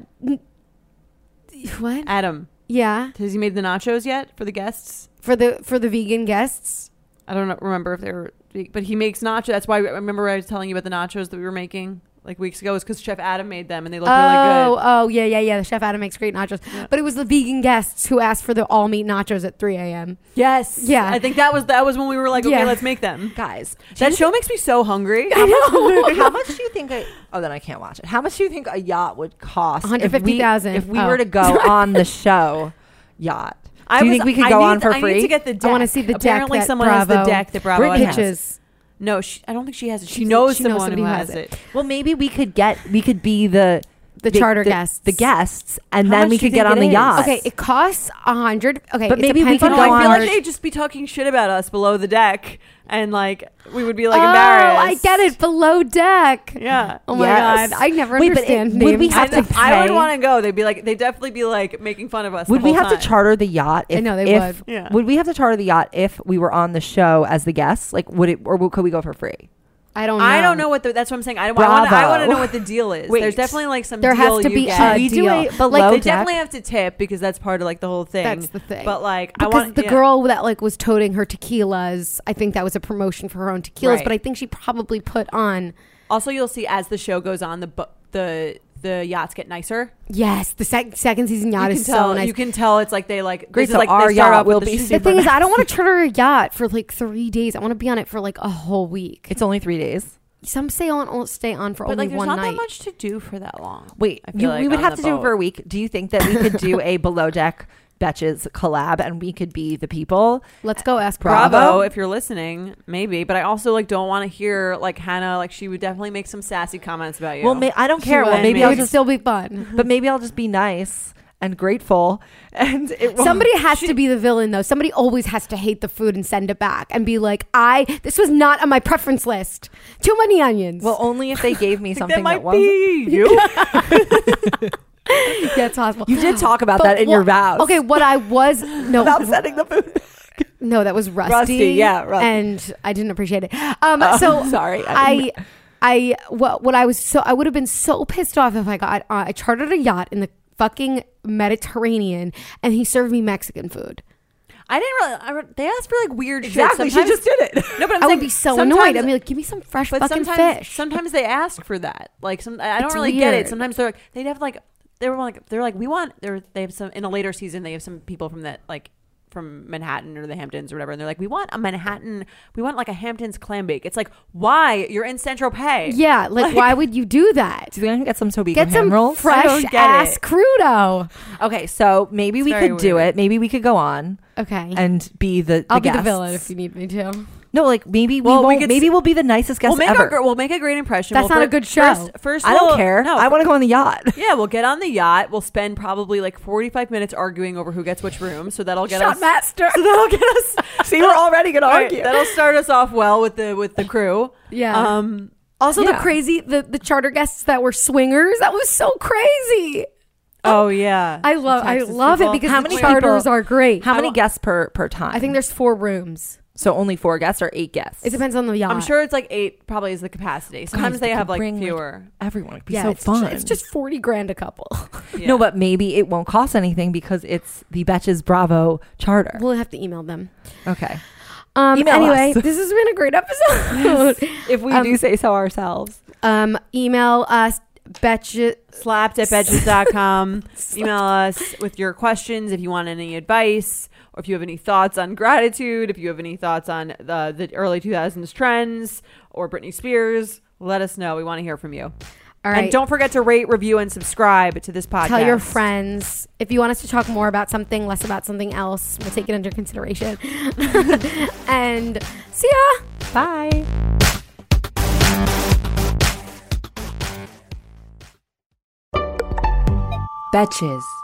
A: what?
B: Adam?
A: Yeah,
B: Has he made the nachos yet for the guests?
A: for the for the vegan guests.
B: I don't know, remember if they were, but he makes nachos. That's why I remember I was telling you about the nachos that we were making like weeks ago. Is because Chef Adam made them and they look
A: oh,
B: really good.
A: oh yeah, yeah, yeah. The Chef Adam makes great nachos, but it was the vegan guests who asked for the all meat nachos at 3
B: [laughs]
A: a.m.
B: Yes,
A: Yeah.
B: I think that was that was when we were like, okay,
A: Yeah.
B: let's
A: [laughs]
B: make them.
C: guys.
B: That show makes me so hungry.
A: I [laughs] know.
C: How much do you think? A, oh, then I can't watch it. How much do you think a yacht would cost? if we-
A: 150,000.
C: If we
A: Oh.
C: were
A: [laughs]
C: to go on the show yacht,
B: I
C: do you
B: was-
C: think we could
B: I
C: go
B: need-
C: on for
B: I
C: free?
B: Need to get the deck.
A: I wanna see the deck
B: Apparently,
A: that
B: someone has
A: Bravo-
B: the deck that Bravo
C: Britney
B: has.
A: Pitches.
B: No, she, I don't think she has it. She,
A: She-
B: knows
A: she knows
B: someone
A: somebody
B: who
A: who
B: has
A: has
B: it.
C: well, maybe we could get. We could be the
A: The charter guests.
C: the guests, and
B: How much
C: then we
B: do you
C: could get
B: think
C: on
B: it
C: the
B: is?
C: yacht.
A: Okay, it costs a hundred. Okay,
C: But
A: it
C: maybe we
A: depends
C: could
A: on
B: No,
C: go
A: how
B: I feel
C: on.
A: large-
B: like they'd just be talking shit about us below the deck, and like we would be like
A: oh,
B: embarrassed.
A: I get it. Below deck.
B: Yeah.
A: Oh my
C: Yes.
A: god, I never
C: Wait, but it-
A: understand names.
C: would we
B: I,
C: have to
B: I would
C: pay?
B: want to go. They'd be like, they'd definitely be like making fun of us.
C: Would
B: the
C: we
B: whole
C: have to
B: time.
C: charter the yacht? If,
A: I know they
C: if-
A: would.
B: Yeah.
C: Would we have to charter the yacht if we were on the show as the guests? Like, would it or would- could we go for free?
A: I don't. Know.
B: I don't know what the. That's what I'm saying. I don't. I want. I
C: Bravo.
B: want to know what the deal is.
C: Wait.
B: There's definitely like some.
A: There
B: deal
A: has to
B: you
A: be
B: get.
A: a
C: Should we do
A: deal.
C: a below
A: like
B: They
C: deck?
B: definitely have to tip because that's part of like the whole thing.
A: That's the thing.
B: But like,
A: because
B: I want
A: the
B: yeah.
A: girl that like was toting her tequilas, I think that was a promotion for her own tequilas.
B: Right.
A: But I think she probably put on
B: Also, you'll see as the show goes on, the bu- the the yachts get nicer.
A: yes, the sec- second season yacht
B: you
A: is
B: can tell.
A: so nice.
B: You can tell it's like they like.
C: Great,
B: This is
C: so
B: like
C: our
B: they start
C: yacht
B: off with
C: will
B: the
C: be
B: super
A: the thing is,
B: nice-
A: I don't want to charter a yacht for like three days. I want to be on it for like a whole week.
C: It's only three days.
A: Some stay on, on- stay on for
B: But
A: only
B: like, there's
A: one
B: not
A: night.
B: that much to do for that long.
C: Wait,
B: I feel
C: you,
B: like
C: we would
B: on
C: have
B: the
C: to do it for
B: boat.
C: a week. Do you think that we could do a below deck Betches collab and we could be the people?
A: Let's go ask
B: Bravo.
A: Bravo.
B: if you're listening, maybe. But I also like don't want to hear like Hannah. Like she would definitely make some sassy comments about you.
C: Well, may, I don't
A: She
C: care.
A: would.
C: Well, maybe
A: it
C: I'll
A: would
C: just,
A: still be fun.
C: but maybe I'll just be nice and grateful. And it won't-
A: Somebody has to be the villain though. Somebody always has to hate the food and send it back and be like, "I this was not on my preference list. Too many onions."
C: [laughs] Well, only if they gave me something
B: that might
C: that, was. [laughs]
B: be you.
A: [laughs] yeah, it's possible.
C: You did talk about
A: But
C: that in
A: what-
C: your vows.
A: Okay, what I was no
C: [laughs] about sending the food.
A: no that was rusty.
C: Rusty, yeah, Rusty.
A: [laughs] and I didn't appreciate it. Um,
C: Oh, [laughs]
A: so
C: sorry, I
A: I.
C: didn't-
A: I what what I was so I would have been so pissed off if I got uh, I chartered a yacht in the fucking Mediterranean and he served me Mexican food.
B: I didn't really. I, re- they asked for like weird shit.
C: Exactly. She
B: Sometimes-
C: just did it.
B: [laughs] No, but I'm
A: I
B: saying
A: would be so
B: sometimes-
A: annoyed. I'd be like, give me some fresh
B: but
A: fucking
B: sometimes,
A: fish.
B: sometimes they ask for that. Like some, I I don't
A: It's
B: really get it.
A: weird.
B: Sometimes they're like, they'd have like, they were like, they're like, we want. They're they have some in a later season. They have some people from that like from Manhattan or the Hamptons or whatever, and they're like, we want a Manhattan. We want like a Hamptons clam bake. It's like, why you're in Central Pay?
A: yeah, like, why would you do that?
C: Do you think I can get some Tobico
A: Get some
C: hand rolls?
B: I don't
A: fresh
B: get
A: ass
B: it.
A: crudo.
C: Okay, so maybe we
B: very
C: could do
B: weird.
C: it. Maybe we could go on
A: Okay,
C: and be the, the
A: I'll be
C: guests.
A: the villain if you need me to.
C: No, like maybe
B: Well, we
C: we won't.
B: could s-
C: maybe we'll be the nicest guest
B: We'll make
C: ever.
B: our, gr- we'll make a great impression.
A: That's
B: We'll
A: not a
B: fir-
A: good show.
B: First, first
C: I don't
B: we'll-
C: care.
B: No,
C: I want to go on the [laughs] yacht.
B: Yeah, we'll get on the yacht. We'll spend probably like 45 minutes arguing over who gets which room. So that'll get us.
C: master. So [laughs] that'll get us. See, we're already gonna
B: Right,
C: argue.
B: that'll start us off well with the with the crew.
A: Yeah.
B: Um.
A: Also,
C: Yeah.
A: the crazy the the charter guests that were swingers. That was so crazy.
B: Oh yeah.
A: I love I
B: Texas
A: love
B: people.
A: it because
C: How
A: the
C: many
A: charters
C: people-
A: are great.
C: How
A: I
C: many
A: wa-
C: guests per per time?
A: I think there's four rooms.
C: so only four guests or eight guests.
A: It depends on the yacht.
B: I'm sure it's like eight. Probably is the capacity. Sometimes
C: Guys,
B: they
C: we
B: have
C: could
B: like
C: bring, like,
B: fewer.
C: Everyone would be
A: Yeah,
C: so
A: it's, ju-
C: fun.
A: it's just forty grand a
C: [laughs]
A: couple.
B: Yeah.
C: no, but maybe it won't cost anything because it's the Betches Bravo charter.
A: we'll have to email them.
C: okay,
A: Um,
C: Email
A: anyway,
C: us.
A: this has been a
C: [laughs]
A: great episode.
C: if we
A: Um,
C: do say so ourselves.
A: um, email us betches.
B: slapped at bedges.com. Email us with your questions if you want any advice or if you have any thoughts on gratitude, if you have any thoughts on the, the early 2000s trends or Britney Spears, let us know. We want to hear from you.
A: All
B: And
A: right.
B: don't forget to rate, review, and subscribe to this podcast.
A: Tell your friends if you want us to talk more about something, less about something else. We'll take it under consideration. [laughs] and see ya. Bye.
D: Betches.